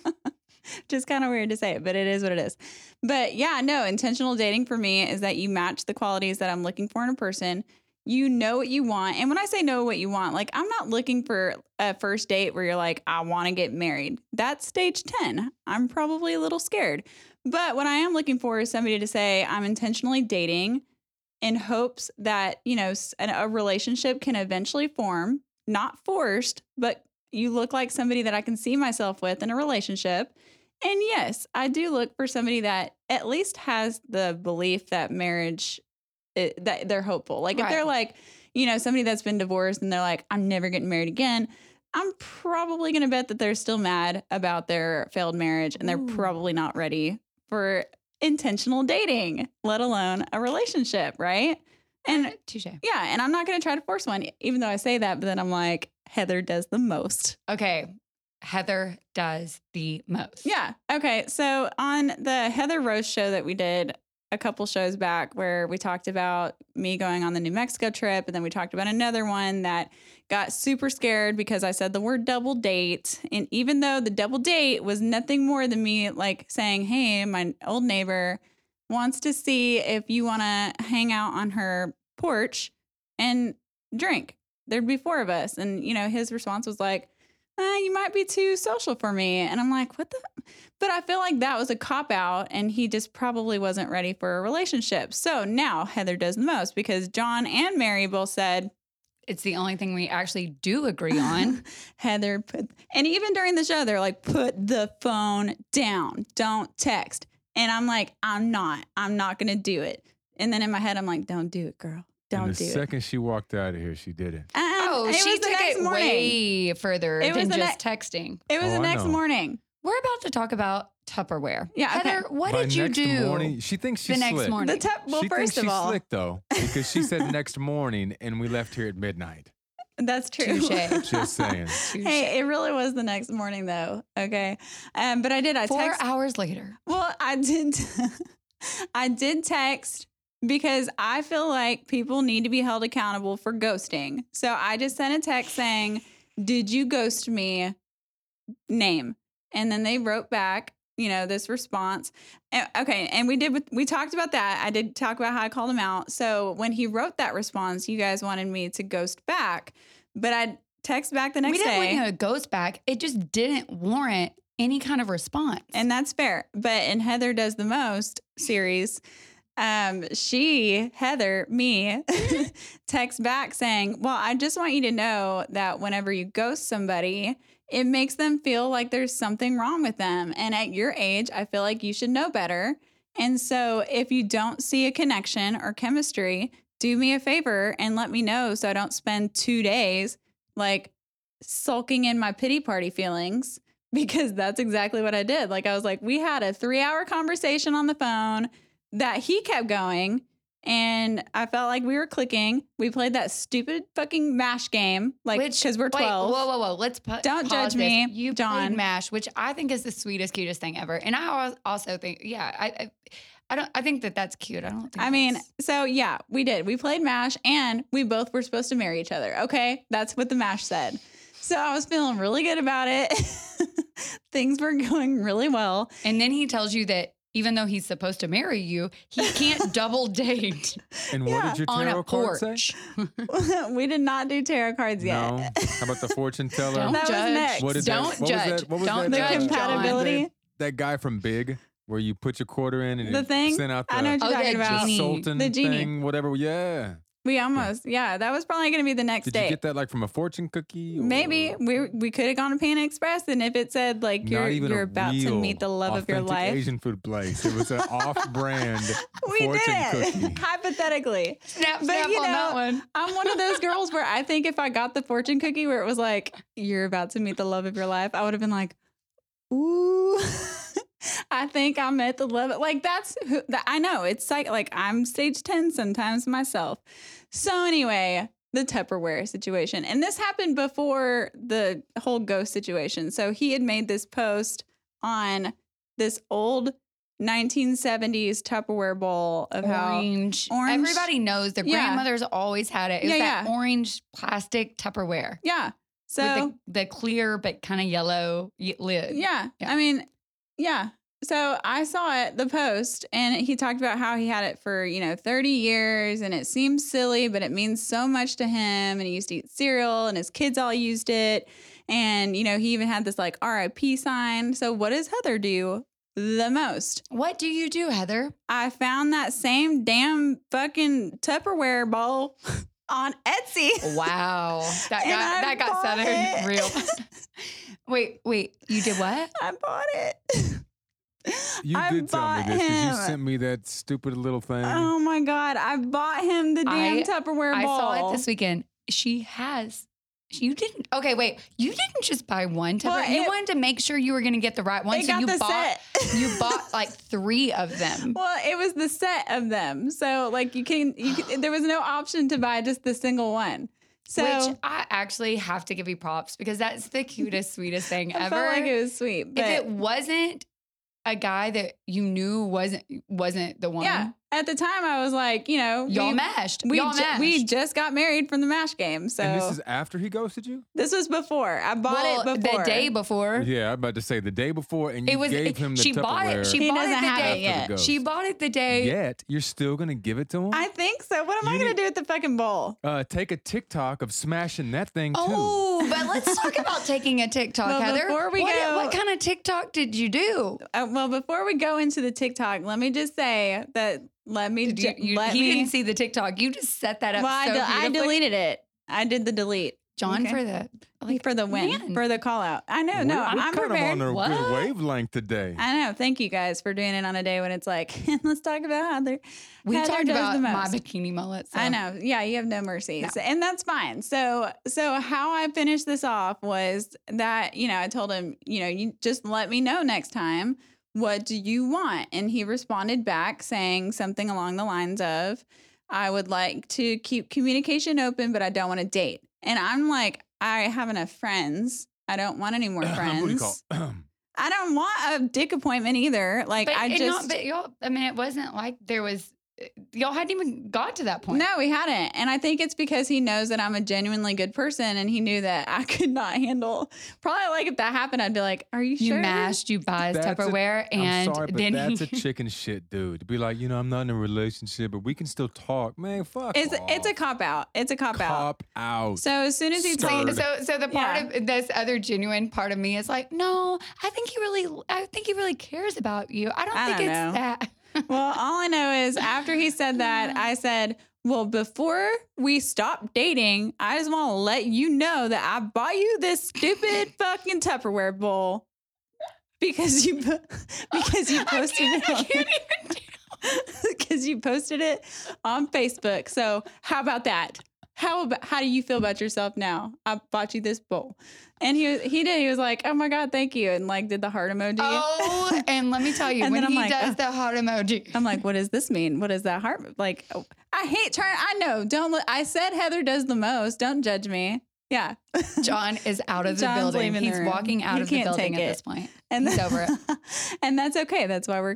S1: just kind of weird to say it, but it is what it is. But yeah, no, intentional dating for me is that you match the qualities that I'm looking for in a person. You know what you want. And when I say know what you want, like I'm not looking for a first date where you're like, I want to get married. That's stage 10. I'm probably a little scared. But what I am looking for is somebody to say, I'm intentionally dating in hopes that, you know, s- an- a relationship can eventually form, not forced, but you look like somebody that I can see myself with in a relationship. And yes, I do look for somebody that at least has the belief that marriage, it, that they're hopeful. Like if
S2: Right.
S1: they're like, you know, somebody that's been divorced and they're like, I'm never getting married again. I'm probably going to bet that they're still mad about their failed marriage and they're
S2: Ooh.
S1: probably not ready for intentional dating, let alone a relationship, right? And
S2: touche.
S1: yeah, and I'm not going to try to force one, even though I say that, but then I'm like, Heather does the most.
S2: Okay. Heather does the most.
S1: Yeah. Okay. So on the Heather Rose show that we did a couple shows back, where we talked about me going on the New Mexico trip, and then we talked about another one that got super scared because I said the word double date. And even though the double date was nothing more than me like saying, Hey, my old neighbor wants to see if you want to hang out on her porch and drink. There'd be four of us. And, you know, his response was like, uh, you might be too social for me. And I'm like, what the? But I feel like that was a cop out and he just probably wasn't ready for a relationship. So now Heather does the most because John and Mary both said,
S2: It's the only thing we actually do agree
S1: Um,
S2: on.
S1: Heather, put, and even during the show, they're like, put the phone down, don't text. And I'm like, I'm not, I'm not going to do it. And then in my head, I'm like, don't do it, girl.
S3: And
S1: Don't do
S3: the
S1: it.
S3: second she walked out of here, she did it.
S1: Uh-uh.
S2: oh, she
S1: was the
S2: took
S1: next
S2: it
S1: morning.
S2: way further
S1: It was
S2: than
S1: the
S2: just texting.
S1: It was
S3: Oh,
S1: the
S3: I
S1: next
S3: know.
S1: morning.
S2: We're about to talk about Tupperware.
S1: Yeah, okay.
S2: Heather, what
S3: By
S2: did you
S3: next
S2: do
S3: Morning, she thinks she's
S2: the next
S3: slick.
S2: morning?
S1: The tep- well,
S3: she
S1: first
S3: thinks
S1: of
S3: she's
S1: all,
S3: slick though, because she said next morning, and we left here at midnight.
S1: that's true.
S2: Touche.
S3: Just saying.
S2: Touche.
S1: Hey, it really was the next morning though. Okay. Um, but I did. I
S2: Four
S1: text.
S2: hours later.
S1: Well, I did. I did text because I feel like people need to be held accountable for ghosting. So I just sent a text saying, "Did you ghost me?" Name, and then they wrote back. You know this response. And- Okay, and we did. with- We talked about that. I did talk about how I called him out. So when he wrote that response, you guys wanted me to ghost back, but I text back the next
S2: we didn't
S1: day.
S2: want you to ghost back. It just didn't warrant any kind of response.
S1: and that's fair. But in Heather Does the Most series, um, she, Heather, me, texts back saying, Well, I just want you to know that whenever you ghost somebody, it makes them feel like there's something wrong with them. And at your age, I feel like you should know better. And so if you don't see a connection or chemistry, do me a favor and let me know so I don't spend two days like sulking in my pity party feelings because that's exactly what I did. Like I was like, we had a three hour conversation on the phone that he kept going. And I felt like we were clicking. We played that stupid fucking mash game, like
S2: Which-
S1: because we're
S2: Wait,
S1: twelve.
S2: whoa, whoa, whoa. Let's put.
S1: Don't judge
S2: this.
S1: me,
S2: You
S1: John.
S2: played Mash, which I think is the sweetest, cutest thing ever. And I al- also think, yeah, I, I, I don't. I think that that's cute. I don't. Think
S1: I mean,
S2: that's-
S1: so yeah, we did. We played MASH and we both were supposed to marry each other. Okay. That's what the MASH said. So I was feeling really good about it. Things were going really well.
S2: and then he tells you that even though he's supposed to marry you, he can't double date
S3: And what
S1: Yeah,
S3: did your
S2: on a
S3: tarot card say?
S2: porch.
S1: we did not do tarot cards yet.
S3: No. How about the fortune teller?
S2: Don't
S1: That was
S2: judge.
S1: next.
S3: What is that-
S2: Don't
S3: what was
S2: judge.
S3: that- what was
S2: don't
S3: that,
S1: The
S2: judge.
S3: uh,
S1: compatibility.
S3: That, that guy from Big, where you put your quarter in and
S1: The
S3: it
S1: thing?
S3: sent out the,
S1: I know what
S2: Oh,
S1: you're
S2: the
S1: talking about.
S2: genie.
S3: Sultan
S1: The genie.
S3: thing, whatever. Yeah.
S1: We almost, yeah, that was probably going to be the next
S3: Did
S1: date.
S3: you get that like from a fortune cookie? or-
S1: Maybe we we could have gone to Panda Express, and if it said like you're
S3: Not even
S1: you're
S3: a
S1: about to
S3: real
S1: meet the love of your
S3: authentic
S1: life,
S3: Asian food place. It was an off-brand
S1: we did
S3: fortune
S1: it
S3: cookie.
S1: hypothetically.
S2: Snap,
S1: But,
S2: snap
S1: you
S2: on
S1: know,
S2: that one.
S1: I'm one of those girls where I think if I got the fortune cookie where it was like, you're about to meet the love of your life, I would have been like, ooh, I think I met the love. of-" Like, that's who that, I know. It's like, like I'm stage 10 sometimes myself. So, anyway, the Tupperware situation. And this happened before the whole ghost situation. So, he had made this post on this old 1970s Tupperware bowl of how.
S2: orange.
S1: Orange.
S2: Everybody knows their
S1: Yeah.
S2: grandmothers always had it. It was
S1: Yeah,
S2: that
S1: yeah.
S2: orange plastic Tupperware.
S1: Yeah. So
S2: with the, the clear but kind of yellow y- lid.
S1: Yeah.
S2: Yeah.
S1: I mean, Yeah. So I saw it, the post, and he talked about how he had it for, you know, 30 years and it seems silly, but it means so much to him. And he used to eat cereal and his kids all used it. And, you know, he even had this like RIP sign. So what does Heather do the most?
S2: What do you do, Heather?
S1: I found that same damn fucking Tupperware bowl on Etsy.
S3: Oh.
S2: Wow. That got
S1: And I
S2: that got
S1: bought
S2: southern
S1: it.
S2: real. wait, wait. You did what?
S1: I bought it.
S3: You
S1: I
S3: did tell me
S1: bought
S3: this because you
S1: him-
S3: sent me that stupid little thing.
S1: Oh my God. I bought him the damn
S2: I-
S1: Tupperware
S2: I
S1: bowl.
S2: saw it this weekend. She has. You didn't. Okay, wait. You didn't just buy one Tupperware.
S1: Well,
S2: you
S1: it-
S2: wanted to make sure you were going to get the right one,
S1: It
S2: so
S1: got
S2: you
S1: the
S2: bought.
S1: set.
S2: You bought like three of them.
S1: Well, it was the set of them. So like you can, you can there was no option to buy just the single one. So
S2: which I actually have to give you props because that's the cutest, sweetest thing
S1: I
S2: ever.
S1: felt like it was sweet. But
S2: if it wasn't a guy that you knew wasn't wasn't the one,
S1: yeah, at the time I was like, you know,
S2: y'all
S1: we,
S2: meshed.
S1: we,
S2: y'all
S1: ju-
S2: meshed.
S1: we just got married from the mash game. So
S3: And
S1: this,
S3: this is after he ghosted you?
S1: was before I bought
S2: well,
S1: it before
S2: the day before.
S3: Yeah, I'm about to say the day before, and you
S2: It was-
S3: gave him the
S2: she
S3: Tupperware.
S2: bought it. She
S1: He
S2: bought it
S1: doesn't
S2: the
S1: have
S2: day.
S1: it yet.
S3: Ghost.
S2: She bought it the day.
S3: Yet you're still gonna give it to him.
S1: I think so. What am I
S3: You
S1: gonna
S3: need-
S1: do with the fucking bowl?
S3: uh, take a TikTok of smashing that thing too.
S2: Oh, but let's talk about taking a TikTok,
S1: Well,
S2: Heather.
S1: before we
S2: what,
S1: go-
S2: what kind of TikTok did you do?
S1: Uh, well, before we go into the TikTok, let me just say that let me
S2: Did you,
S1: ju-
S2: you,
S1: let
S2: he
S1: me.
S2: didn't see the TikTok. You just set that up.
S1: well, I,
S2: so
S1: de- I
S2: beautifully.
S1: deleted it. I did the delete.
S2: John
S1: Okay.
S2: for the like,
S1: for the win,
S2: man.
S1: for the call out. I know. no,
S3: we're,
S1: I'm
S3: we're
S1: I'm
S3: kind
S1: prepared.
S3: of on a
S2: What?
S3: good wavelength today.
S1: I know. Thank you guys for doing it on a day when it's like, let's talk about Heather.
S2: we
S1: Heather
S2: talked
S1: does
S2: about
S1: the
S2: my
S1: most.
S2: bikini mullet. so-
S1: I know. Yeah, you have no mercies. And that's fine. So so how I finished this off was that, you know, I told him, you know, you just let me know next time what do you want? And he responded back saying something along the lines of, I would like to keep communication open, but I don't want to date. And I'm like, I have enough friends. I don't want any more friends.
S3: what do you call?
S1: I don't want a dick appointment either. Like
S2: But
S1: I
S2: it
S1: just
S2: not, but y'all. I mean, it wasn't like there was. eh, Y'all hadn't even got to that point.
S1: No, he hadn't. And I think it's because he knows that I'm a genuinely good person and he knew that I could not handle. Probably like if that happened, I'd be like, Are you
S2: you
S1: sure?
S2: mashed, you buys
S3: That's a-
S2: Tupperware, and
S3: I'm sorry, but
S2: then
S3: that's a
S2: he,
S3: chicken shit, dude. To be like, you know, I'm not in a relationship, but we can still talk, man. Fuck.
S1: It's it's a
S3: off.
S1: cop out. It's a cop, out.
S3: cop out.
S1: So as soon as he
S3: Stop.
S1: told
S3: Wait,
S2: so so the part
S1: Yeah.
S2: of this other genuine part of me is like, no, I think he really, I think he really cares about you. I don't
S1: I
S2: think
S1: don't
S2: it's
S1: know.
S2: that.
S1: Well, all I know is after he said that, I said, Well, before we stop dating, I just want to let you know that I bought you this stupid fucking Tupperware bowl. Because you po- because you posted
S2: I
S1: it
S2: can't, I
S1: on
S2: can't even do
S1: because you posted it on Facebook. So how about that? How about how do you feel about yourself now? I bought you this bowl, and he he did. He was like, "Oh my god, thank you," and like did the heart emoji.
S2: Oh, and let me tell you,
S1: And
S2: when
S1: then I'm
S2: he
S1: like,
S2: does
S1: oh.
S2: the heart emoji,
S1: I'm like, "What does this mean? What is that heart like?" oh, I hate turn. I know. Don't. Look, I said Heather does the most. Don't judge me. Yeah.
S2: John is out of Oh. the
S1: John's
S2: building.
S1: leaving the
S2: He's
S1: room.
S2: walking out
S1: He
S2: of the
S1: can't
S2: building
S1: take
S2: at
S1: it.
S2: this point.
S1: And
S2: He's
S1: then-
S2: over it.
S1: and that's okay. That's why we're.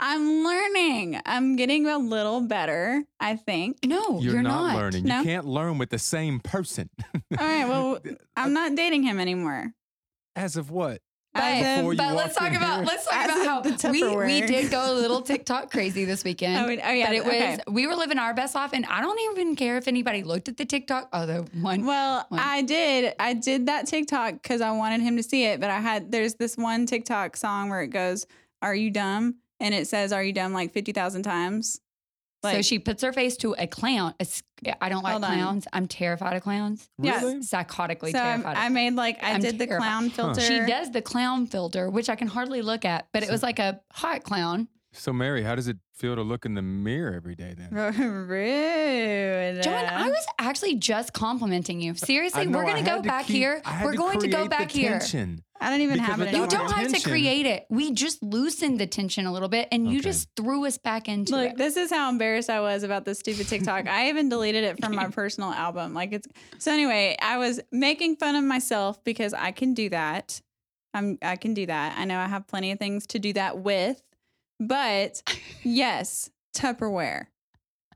S1: I'm learning. I'm getting a little better. I think.
S2: No,
S3: you're,
S2: you're,
S3: not, learning.
S1: No.
S3: You can't learn with the same person.
S1: All right. Well, I'm not dating him anymore.
S3: As of what?
S1: As
S2: But,
S1: of-
S3: Before you
S2: but let's
S3: walked
S2: talk
S3: in
S2: about
S3: here.
S2: let's talk
S1: As of
S2: about
S1: the
S2: how we, we
S1: Tupperware.
S2: did go a little TikTok crazy this weekend.
S1: Oh, we- oh, yeah,
S2: but it was
S1: okay.
S2: we were living our best life, and I don't even care if anybody looked at the TikTok. Although one,
S1: Well,
S2: one.
S1: I did. I did that TikTok because I wanted him to see it. But I had there's this one TikTok song where it goes, "Are you dumb?" and it says, "Are you dumb?" like fifty thousand times.
S2: so she puts her face to a clown. A s- I don't like
S1: Hold on.
S2: clowns. I'm terrified of clowns.
S1: Yeah.
S3: Really?
S2: Psychotically
S1: So I,
S2: terrified.
S1: I made like I
S2: I'm
S1: did the
S2: terrified.
S1: clown filter.
S2: she does the clown filter, which I can hardly look at, but it was like a hot clown.
S3: So Mary, how does it feel to look in the mirror every day then?
S1: Rude.
S2: John, I was actually just complimenting you. Seriously,
S3: I know,
S2: we're
S3: I
S2: going to
S3: had
S2: go back
S3: keep-
S2: here.
S3: I had
S2: We're going to
S3: create
S2: go
S3: the
S2: back here.
S3: tension.
S1: I don't even
S3: Because
S1: have it
S3: without
S2: You
S1: anymore.
S3: That's
S2: don't have to
S3: intention.
S2: create it. We just loosened the tension a little bit, and you
S3: Okay.
S2: just threw us back into
S1: Look,
S2: it.
S1: this is how embarrassed I was about this stupid TikTok. I even deleted it from my personal album. Like it's so anyway, I was making fun of myself because I can do that. I'm I can do that. I know I have plenty of things to do that with. But yes, Tupperware.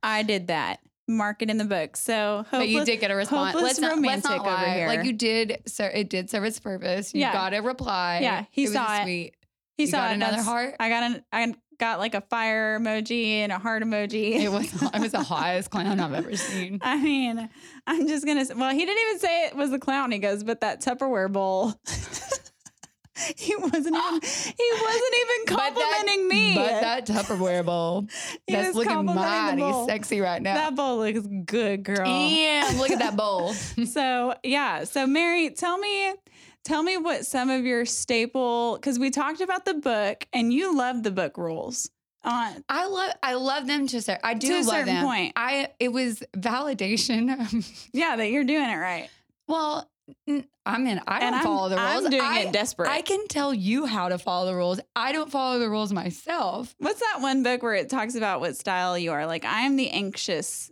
S1: I did that. Mark it in the book. So hopefully
S2: But you did get a response.
S1: hopeless
S2: Let's not, let's not
S1: romantic over
S2: lie.
S1: here.
S2: Like you did, sir. It did serve its purpose. You
S1: Yeah.
S2: got a reply.
S1: Yeah, he
S2: it was
S1: saw it.
S2: sweet.
S1: He
S2: You
S1: saw
S2: got
S1: it.
S2: another
S1: That's-
S2: heart?
S1: I got an I got like a fire emoji and a heart emoji.
S2: It was it was the hottest clown I've ever seen.
S1: I mean, I'm just gonna. s- Well, he didn't even say it was the clown. He goes, but that Tupperware bowl. he wasn't even. He wasn't even
S2: But that-
S1: complimenting me.
S2: But that Tupperware bowl
S1: He
S2: that's
S1: was
S2: looking
S1: complimenting the
S2: mighty
S1: bowl.
S2: sexy right now.
S1: That bowl looks good, girl.
S2: Damn, look at that bowl.
S1: so yeah so mary tell me tell me what some of your staple because we talked about the book and you love the book rules on
S2: I love I love them to a certain I do
S1: To a
S2: love
S1: certain
S2: them.
S1: point.
S2: I it was validation.
S1: yeah that you're doing it right
S2: well, n- I mean, I don't
S1: and I'm,
S2: follow the rules.
S1: i'm doing
S2: I,
S1: it desperate
S2: I can tell you how to follow the rules. I don't follow the rules myself.
S1: what's that one book where it talks about what style you are like i am the anxious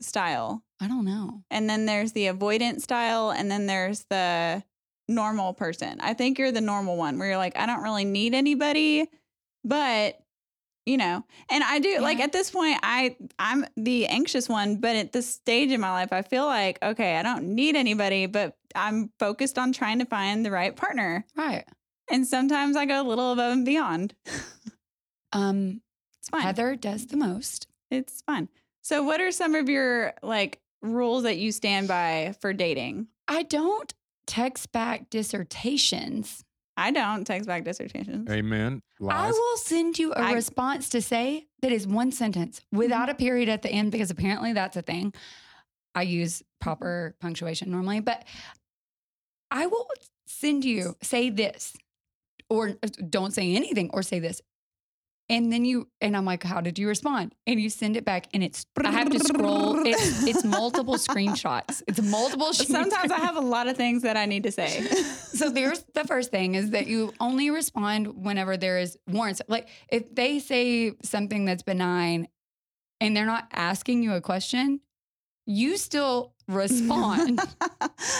S1: style
S2: I don't know.
S1: and then there's the avoidant style and then there's the normal person i think you're the normal one where you're like i don't really need anybody but you know and i do like
S2: Yeah.
S1: at this point i i'm the anxious one but at this stage in my life i feel like okay i don't need anybody but i'm focused on trying to find the right partner
S2: Right.
S1: and sometimes i go a little above and beyond
S2: Um
S1: it's fine
S2: Heather does the most.
S1: it's fun so what are some of your like rules that you stand by for dating
S2: I don't text back dissertations.
S1: i don't text back dissertations
S3: Amen.
S2: I
S3: Lies.
S2: will send you a
S1: I-
S2: response to say that is one sentence without a period at the end because apparently that's a thing. I use proper punctuation normally, but I will send you say this or uh, don't say anything or say this. And then you and I'm like, how did you respond? And you send it back, and it's I have to scroll. It's, it's multiple screenshots. It's multiple.
S1: Sometimes I have a lot of things that I need to say.
S2: So there's the first thing is that you only respond whenever there is warrants. Like if they say something that's benign and they're not asking you a question, you still respond.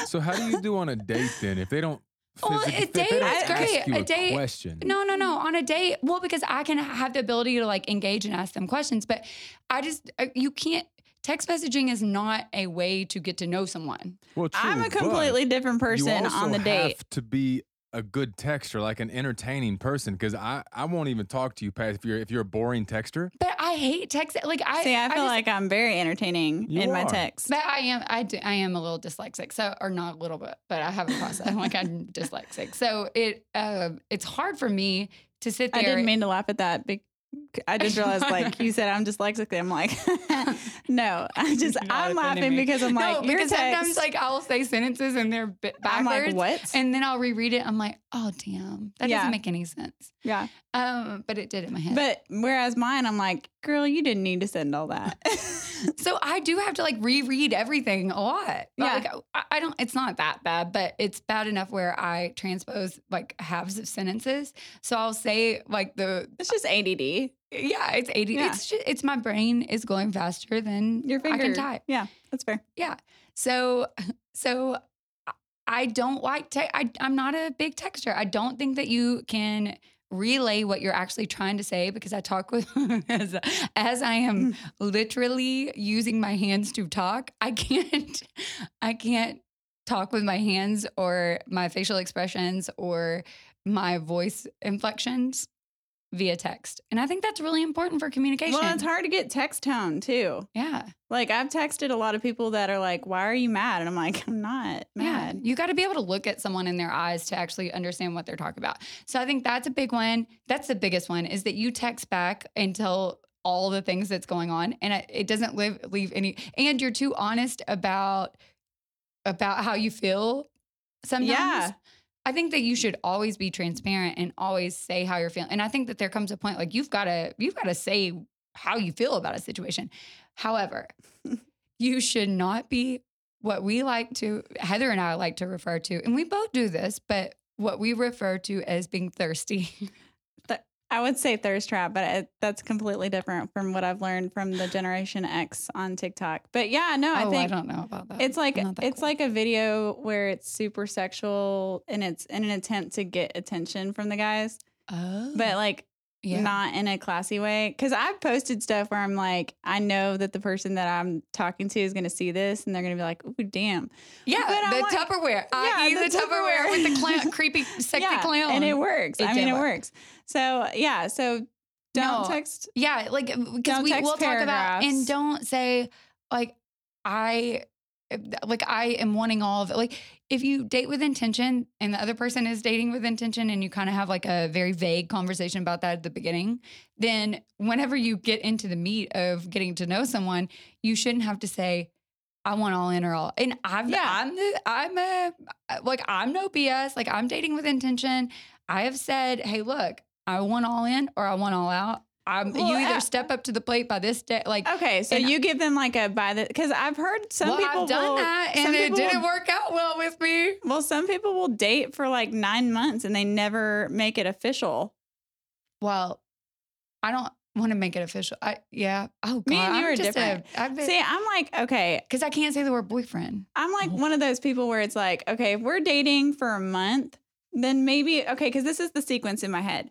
S3: so how do you do on a date then if they don't?
S2: Well,
S3: physically-
S2: a
S3: if they
S2: date
S3: don't
S2: is
S3: ask
S2: great.
S3: you
S2: A date-
S3: question.
S2: no, no, no. On a date, well, because I can have the ability to like engage and ask them questions, but I just uh, you can't. Text messaging is not a way to get to know someone.
S3: Well, true,
S1: I'm a
S3: but
S1: completely different person
S3: you also
S1: on the date.
S3: Have to be a good texter, like an entertaining person, because I I won't even talk to you, Pat. If you're if you're a boring texter,
S2: But I hate text. Like I
S1: See, I, feel
S2: just-
S1: like I'm very entertaining
S3: You
S1: in my
S3: are.
S1: text.
S2: But I am, I, do, I am a little dyslexic, so or not a little bit, but I have a process. like I'm dyslexic, so it uh, it's hard for me to sit there.
S1: I didn't mean to laugh at that. Be- I just realized, like you said, I'm dyslexic. I'm like, no, I just
S2: Not
S1: I'm
S2: offending
S1: laughing
S2: me.
S1: because I'm like,
S2: no,
S1: your
S2: because
S1: text,
S2: sometimes like I'll say sentences and they're bi-
S1: I'm
S2: backwards,
S1: like, what?
S2: and then I'll reread it. I'm like, oh damn, that
S1: Yeah.
S2: doesn't make any sense.
S1: yeah,
S2: Um, but it did in my head.
S1: but whereas mine, I'm like, girl, you didn't need to send all that.
S2: so I do have to like reread everything a lot.
S1: Yeah.
S2: Like I, I don't it's not that bad, but it's bad enough where I transpose like halves of sentences. So I'll say like the
S1: it's just ADD.
S2: yeah, it's 80
S1: Yeah.
S2: it's just, it's my brain is going faster than
S1: Your finger.
S2: I can type.
S1: Yeah, that's fair.
S2: So so I- I don't like te- I I'm not a big texter. I don't think that you can relay what you're actually trying to say because I talk with as, as I
S1: Mm.
S2: am literally using my hands to talk. I can't I can't talk with my hands or my facial expressions or my voice inflections via text. And I think that's really important for communication.
S1: Well, it's hard to get text tone too.
S2: Yeah.
S1: Like I've texted a lot of people that are like, "Why are you mad?" And I'm like, "I'm not mad."
S2: Yeah. You got to be able to look at someone in their eyes to actually understand what they're talking about. So I think that's a big one. That's the biggest one is that you text back and tell all the things that's going on and it- it doesn't live, leave any and you're too honest about about how you feel sometimes.
S1: Yeah.
S2: I think that you should always be transparent and always say how you're feeling. And I think that there comes a point like you've got to you've got to say how you feel about a situation. However, you should not be what we like to Heather and I like to refer to, and we both do this, but what we refer to as being thirsty.
S1: I would say thirst trap, but it, that's completely different from what I've learned from the Generation X on TikTok. But yeah, no, I
S2: oh, I
S1: think
S2: don't know about that.
S1: it's like
S2: I'm not that
S1: it's
S2: cool.
S1: like a video where it's super sexual and it's in an attempt to get attention from the guys,
S2: oh.
S1: but like
S2: Yeah.
S1: not in a classy way. Cause I've posted stuff where I'm like, I know that the person that I'm talking to is gonna see this and they're gonna be like, ooh, damn.
S2: yeah,
S1: But I'm
S2: the
S1: like-
S2: Tupperware.
S1: Yeah,
S2: I.e.
S1: the
S2: the, Tupperware,
S1: Tupperware.
S2: with the clown, creepy, sexy clown.
S1: And it works.
S2: It
S1: I mean,
S2: did
S1: it
S2: work.
S1: works. So yeah, so don't
S2: No.
S1: text.
S2: Yeah, like because
S1: Don't
S2: we
S1: text
S2: will talk about
S1: paragraphs.
S2: and don't say like I like I am wanting all of it. Like if you date with intention and the other person is dating with intention and you kind of have like a very vague conversation about that at the beginning, then whenever you get into the meat of getting to know someone, you shouldn't have to say I want all in or all. And I've
S1: Yeah.
S2: I'm the, I'm a uh, like I'm no BS. Like I'm dating with intention. I have said, "Hey, look, I want all in or I want all out. I'm
S1: Well,
S2: you either
S1: uh,
S2: step up to the plate by this day. Like
S1: Okay, so
S2: And-
S1: you give them like a by the because I've heard some
S2: well,
S1: people
S2: I've done
S1: will,
S2: that
S1: some
S2: and it
S1: people
S2: didn't
S1: will-
S2: work out well with me.
S1: Well, some people will date for like nine months and they never make it official.
S2: Well, I don't want to make it official. I yeah. Oh god,
S1: Me and you
S2: I'm
S1: are
S2: just
S1: different.
S2: A, I've been,
S1: See, I'm like, okay,
S2: because I can't say the word boyfriend.
S1: I'm like one of those people where it's like, okay, if we're dating for a month, then maybe, okay, because this is the sequence in my head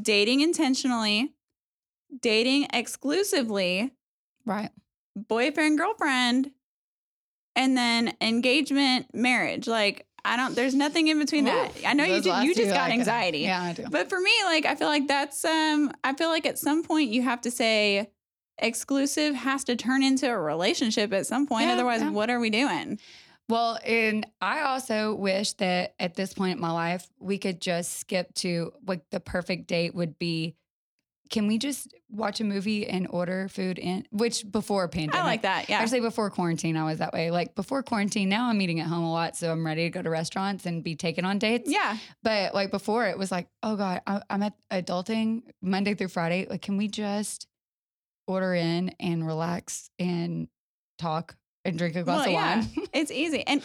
S1: dating intentionally, dating exclusively,
S2: Right.
S1: boyfriend, girlfriend, and then engagement, marriage. Like, I don't, there's nothing in between that.
S2: Oof,
S1: I know you,
S2: those
S1: ju-
S2: last
S1: you
S2: two,
S1: just got
S2: like, uh,
S1: anxiety.
S2: Yeah, I do.
S1: But for me, like I feel like that's um I feel like at some point you have to say exclusive has to turn into a relationship at some point.
S2: Yeah,
S1: Otherwise,
S2: yeah.
S1: what are we doing?
S2: Well, and I also wish that at this point in my life, we could just skip to like the perfect date would be can we just watch a movie and order food in which before pandemic?
S1: I like that. Yeah.
S2: Actually, before quarantine, I was that way. Like before quarantine, now I'm eating at home a lot, so I'm ready to go to restaurants and be taken on dates.
S1: Yeah.
S2: But like before, it was like, oh god, I, I'm at adulting Monday through Friday. Like, can we just order in and relax and talk and drink a
S1: Well,
S2: glass of
S1: yeah.
S2: wine?
S1: It's easy. And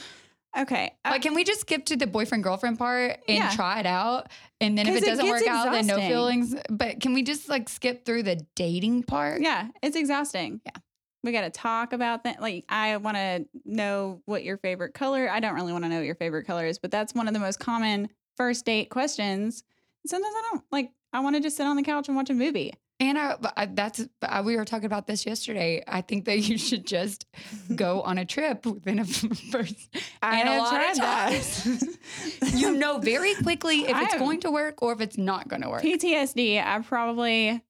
S1: okay. uh,
S2: Like, can we just skip to the boyfriend girlfriend part and
S1: Yeah.
S2: try it out? And then if
S1: 'Cause
S2: it
S1: it
S2: doesn't
S1: gets
S2: work out, then no
S1: exhausting.
S2: feelings. But can we just like skip through the dating part?
S1: yeah, it's exhausting.
S2: Yeah.
S1: We gotta talk about that. Like I wanna know what your favorite color. I don't really wanna know what your favorite color is, but that's one of the most common first date questions. And sometimes I don't like I wanna just sit on the couch and watch a movie.
S2: And I, but I- that's but I, we were talking about this yesterday. I think that you should just go on a trip within a first.
S1: I
S2: and a
S1: have
S2: lot of
S1: that.
S2: You know very quickly if it's
S1: I'm-
S2: going to work or if it's not going to work.
S1: PTSD, I probably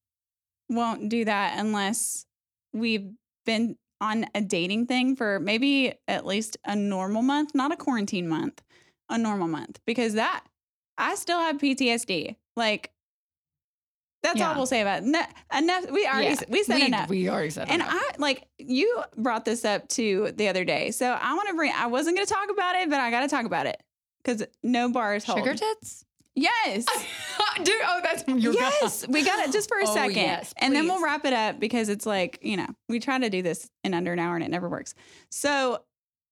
S1: won't do that unless we've been on a dating thing for maybe at least a normal month, not a quarantine month, a normal month, because that I still have PTSD. Like, that's all
S2: Yeah.
S1: we'll say about it. Ne- enough. We already
S2: Yeah.
S1: s- we said
S2: we,
S1: enough.
S2: We already said
S1: And
S2: enough.
S1: I like you brought this up to the other day, so I want to bring. I wasn't going to talk about it, but I got to talk about it because no bars hold.
S2: Sugar tits?
S1: yes,
S2: Dude, oh, that's your
S1: yes, we got it just for a
S2: Oh,
S1: second,
S2: yes,
S1: and then we'll
S2: please.
S1: wrap it up because it's like you know we try to do this in under an hour and it never works. So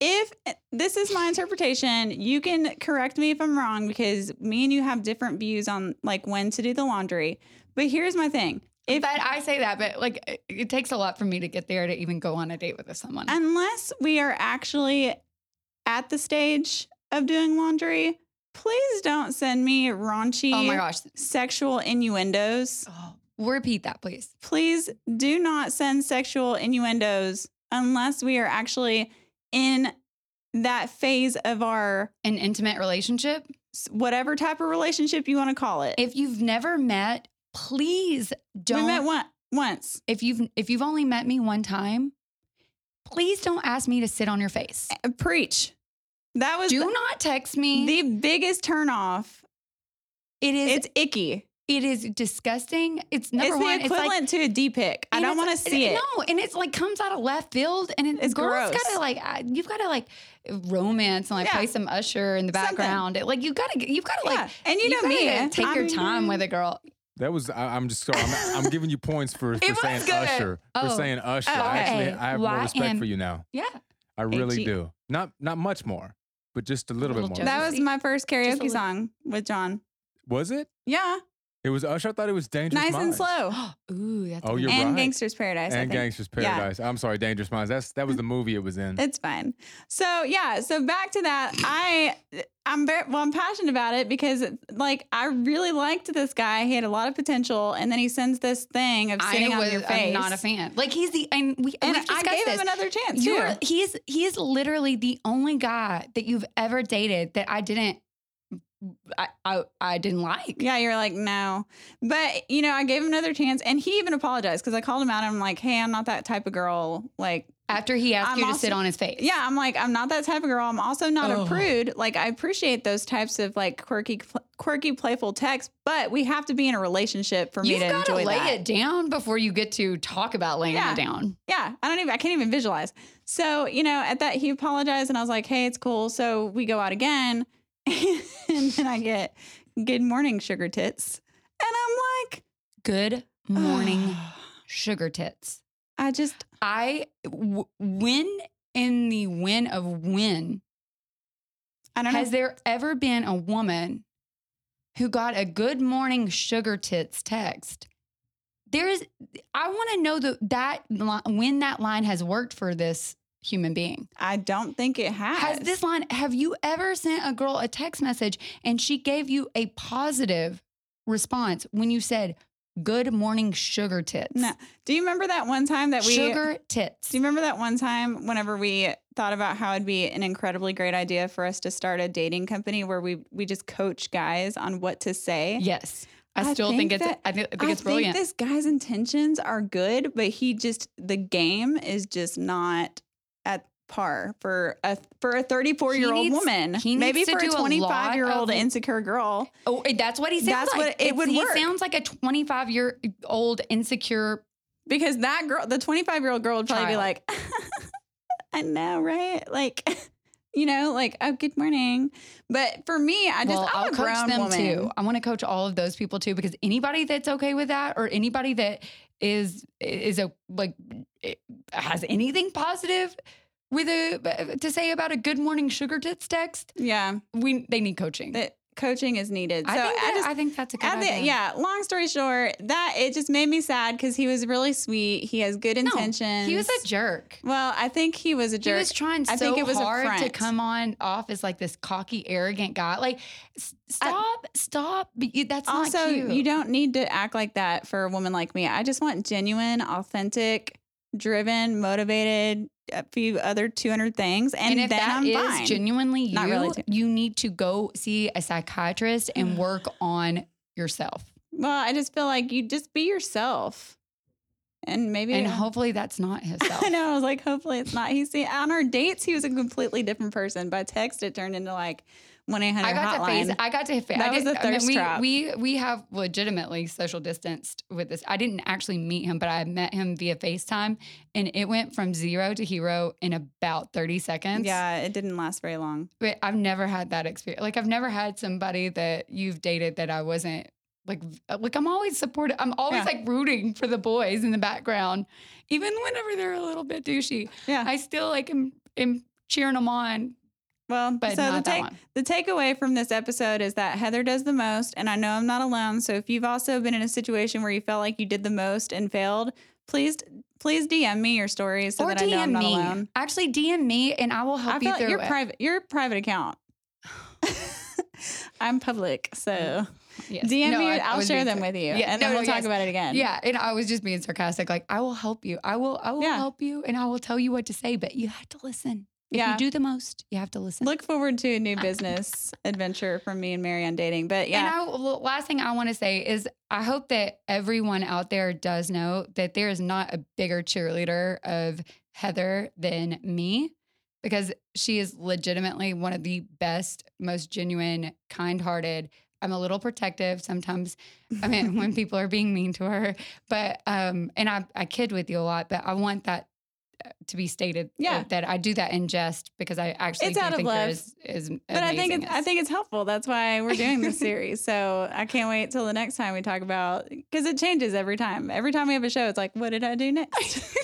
S1: if eh, this is my interpretation, you can correct me if I'm wrong because me and you have different views on like when to do the laundry. But here's my thing: if
S2: but I say that, but like it, it takes a lot for me to get there to even go on a date with someone.
S1: unless we are actually at the stage of doing laundry, please don't send me raunchy
S2: oh my gosh.
S1: sexual innuendos.
S2: Oh, repeat that, please.
S1: Please do not send sexual innuendos unless we are actually in that phase of our
S2: An intimate relationship.
S1: s- whatever type of relationship you want to call it.
S2: If you've never met, please don't.
S1: we met one, once.
S2: if you've if you've only met me one time, please don't ask me to sit on your face.
S1: Uh, Preach. That was
S2: Do
S1: the,
S2: not text me.
S1: the biggest turnoff.
S2: it is
S1: It's icky.
S2: it is disgusting. It's number
S1: it's the
S2: one.
S1: equivalent to a D pic. I
S2: and
S1: don't
S2: it's-
S1: want to see it.
S2: No, and it's like comes out of left field, and it,
S1: It's
S2: girls
S1: gross.
S2: gotta like uh, you've gotta like romance and like
S1: Yeah.
S2: play some Usher in the
S1: Something.
S2: background. It- Like you gotta get- you've gotta like
S1: yeah. and you,
S2: you
S1: know
S2: gotta
S1: me,
S2: take your
S1: I'm-
S2: time with a girl.
S3: That was I, I'm just sorry. I'm, I'm giving you points for, for
S2: was
S3: saying
S2: good.
S3: Usher.
S2: Oh.
S3: For saying Usher.
S1: Oh,
S3: I
S2: okay.
S3: actually I have more respect
S2: YM.
S3: for you now.
S2: Yeah,
S3: I really
S1: AG.
S3: do. Not not much more, but just a little,
S2: Little
S3: bit more.
S2: joke.
S1: That was my first
S2: a
S1: karaoke
S2: little-
S1: song with John.
S3: Was it?
S1: Yeah,
S3: It was Usher. I thought it was Dangerous
S1: Nice and
S3: Minds.
S1: slow.
S2: Ooh, that's
S3: Oh, you're
S1: and
S3: right.
S1: Gangster's Paradise. I
S3: And
S1: think.
S3: Gangster's
S1: Yeah.
S3: Paradise. I'm sorry, Dangerous Minds. That's that was the movie it was in.
S1: It's fine. So yeah, so back to that. I I'm very well, I'm passionate about it because like I really liked this guy. He had a lot of potential, and then he sends this thing of
S2: I
S1: sitting on
S2: was
S1: your face.
S2: I'm not a fan. Like he's the and we
S1: And
S2: we've
S1: I
S2: discussed
S1: gave
S2: this.
S1: him another chance.
S2: You
S1: too.
S2: are he's he is literally the only guy that you've ever dated that I didn't I I, I didn't like.
S1: Yeah, you're like, no. But, you know, I gave him another chance and he even apologized because I called him out. And I'm like, hey, I'm not that type of girl. Like,
S2: After he asked
S1: I'm
S2: you to
S1: also-
S2: sit on his face.
S1: yeah, I'm like, I'm not that type of girl. I'm also not
S2: Oh.
S1: a prude. Like, I appreciate those types of like quirky, quirky, playful texts, but we have to be in a relationship for me
S2: You've
S1: to
S2: got to
S1: enjoy
S2: lay
S1: that.
S2: it down before you get to talk about laying
S1: Yeah.
S2: it down.
S1: Yeah, I don't even, I can't even visualize. So, you know, at that, he apologized and I was like, hey, it's cool. So we go out again. and then I get good morning, sugar tits. And I'm like,
S2: Good morning, sugar tits.
S1: I just,
S2: I w- when in the when of when
S1: I don't know.
S2: has there ever been a woman who got a good morning sugar tits text? There is I want to know the, that li- when that line has worked for this human being.
S1: I don't think it has.
S2: Has this line have you ever sent a girl a text message and she gave you a positive response when you said good morning sugar tits?
S1: No. Do you remember that one time that we?
S2: sugar tits.
S1: Do you remember that one time whenever we thought about how it'd be an incredibly great idea for us to start a dating company where we we just coach guys on what to say?
S2: Yes. I,
S1: I
S2: still
S1: think
S2: think, it's
S1: that-
S2: I, thi- I think it's brilliant.
S1: this guy's intentions are good, but he just the game is just not at par for a for a 34 year old
S2: needs-
S1: woman.
S2: he
S1: Maybe
S2: needs to
S1: for
S2: do a
S1: a
S2: lot
S1: 25 year old
S2: of-
S1: insecure girl.
S2: Oh, eh, that's what he sounds
S1: That's
S2: like.
S1: what it
S2: It's-
S1: would
S2: he
S1: work.
S2: sounds like a 25 year old insecure.
S1: because that girl, the 25 year old girl, would probably be
S2: Child.
S1: like, I know, right? Like, you know, like, oh, good morning. But for me, I just,
S2: well,
S1: I'm
S2: I'll
S1: a grown
S2: coach them
S1: woman.
S2: too. I want to coach all of those people too because anybody that's okay with that or anybody that is is a like eh, has anything positive with a to say about a good morning sugar tits text,
S1: Yeah,
S2: we they need coaching.
S1: that coaching is needed. So
S2: I think
S1: I
S2: that-
S1: just,
S2: I think that's a good
S1: at the-
S2: idea.
S1: yeah, long story short, that it just made me sad because he was really sweet. He has good intentions.
S2: He was a jerk.
S1: well, I think he was a
S2: He
S1: jerk.
S2: was trying so
S1: I think it was a
S2: hard to
S1: front.
S2: come on off as like this cocky, arrogant guy. Like, s- stop, stop. But you- That's
S1: also,
S2: not cute.
S1: you don't need to act like that for a woman like me. I just want genuine, authentic, driven, motivated, a few other 200 things. And,
S2: And, if
S1: then
S2: that
S1: I'm
S2: is
S1: fine.
S2: genuinely you,
S1: Not really too-
S2: you need to go see a psychiatrist and work on yourself.
S1: well, I just feel like you just be yourself. And maybe.
S2: And hopefully that's not his self.
S1: I know. I was like, hopefully it's not. He see on our dates, he was a completely different person. By text, it turned into like one eight
S2: I
S1: hundred
S2: got
S1: hotline.
S2: to face. I got to face.
S1: That
S2: I
S1: was
S2: did-
S1: a
S2: I mean,
S1: thirst
S2: we,
S1: trap.
S2: We we have legitimately social distanced with this. I didn't actually meet him, but I met him via FaceTime, and it went from zero to hero in about thirty seconds.
S1: yeah, it didn't last very long.
S2: but I've never had that experience. Like I've never had somebody that you've dated that I wasn't like v- uh, like I'm always supportive. I'm always
S1: Yeah.
S2: like rooting for the boys in the background, even whenever they're a little bit douchey.
S1: Yeah.
S2: I still like am am cheering them on,
S1: well,
S2: but
S1: so the
S2: not that
S1: take,
S2: one.
S1: The takeaway from this episode is that Heather does the most, and I know I'm not alone. So if you've also been in a situation where you felt like you did the most and failed, please, please DM me your stories so
S2: or
S1: that I know I'm
S2: DM
S1: not
S2: me.
S1: alone.
S2: Actually, DM me and I will help
S1: I
S2: you
S1: feel like
S2: through
S1: your
S2: it.
S1: private your private account. I'm public, so
S2: Yes.
S1: DM
S2: No,
S1: me.
S2: I- I
S1: I'll
S2: was
S1: share
S2: being
S1: them
S2: sar-
S1: with you,
S2: Yeah,
S1: and
S2: no,
S1: then
S2: no,
S1: we'll talk
S2: yes.
S1: about it again.
S2: Yeah, and I was just being sarcastic. Like I will help you. I will. I will
S1: Yeah.
S2: help you, and I will tell you what to say. But you have to listen. If
S1: Yeah.
S2: you do the most, you have to listen.
S1: Look forward to a new business adventure from me and Mary on dating. But yeah,
S2: Uh. And I, l- last thing I want to say is I hope that everyone out there does know that there is not a bigger cheerleader of Heather than me because she is legitimately one of the best, most genuine, kind hearted. I'm a little protective sometimes. I mean, when people are being mean to her, but, um, and I, I kid with you a lot, but I want that uh, to be stated uh,
S1: Yeah.
S2: that I do that in jest because I actually
S1: It's
S2: do
S1: out of
S2: think there
S1: love.
S2: is, is
S1: But I think it's,
S2: amazingness.
S1: I think it's helpful. That's why we're doing this series. So I can't wait till the next time we talk about because it changes every time. Every time we have a show, it's like, what did I do next?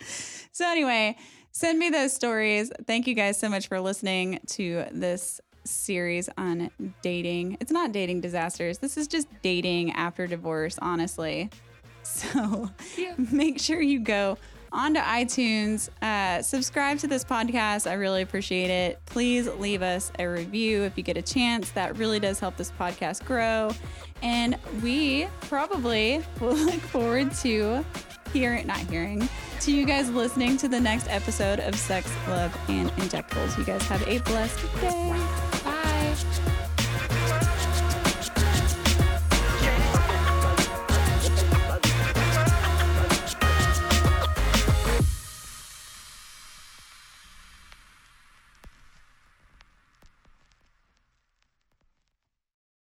S1: so anyway, send me those stories. Thank you guys so much for listening to this series on dating. It's not dating disasters. This is just dating after divorce, honestly. So
S2: Yeah.
S1: make sure you go onto iTunes, uh, subscribe to this podcast. I really appreciate it. Please leave us a review if you get a chance. That really does help this podcast grow. And we probably will look forward to hearing, not hearing, to you guys listening to the next episode of Sex, Love, and Injectables. You guys have a blessed day.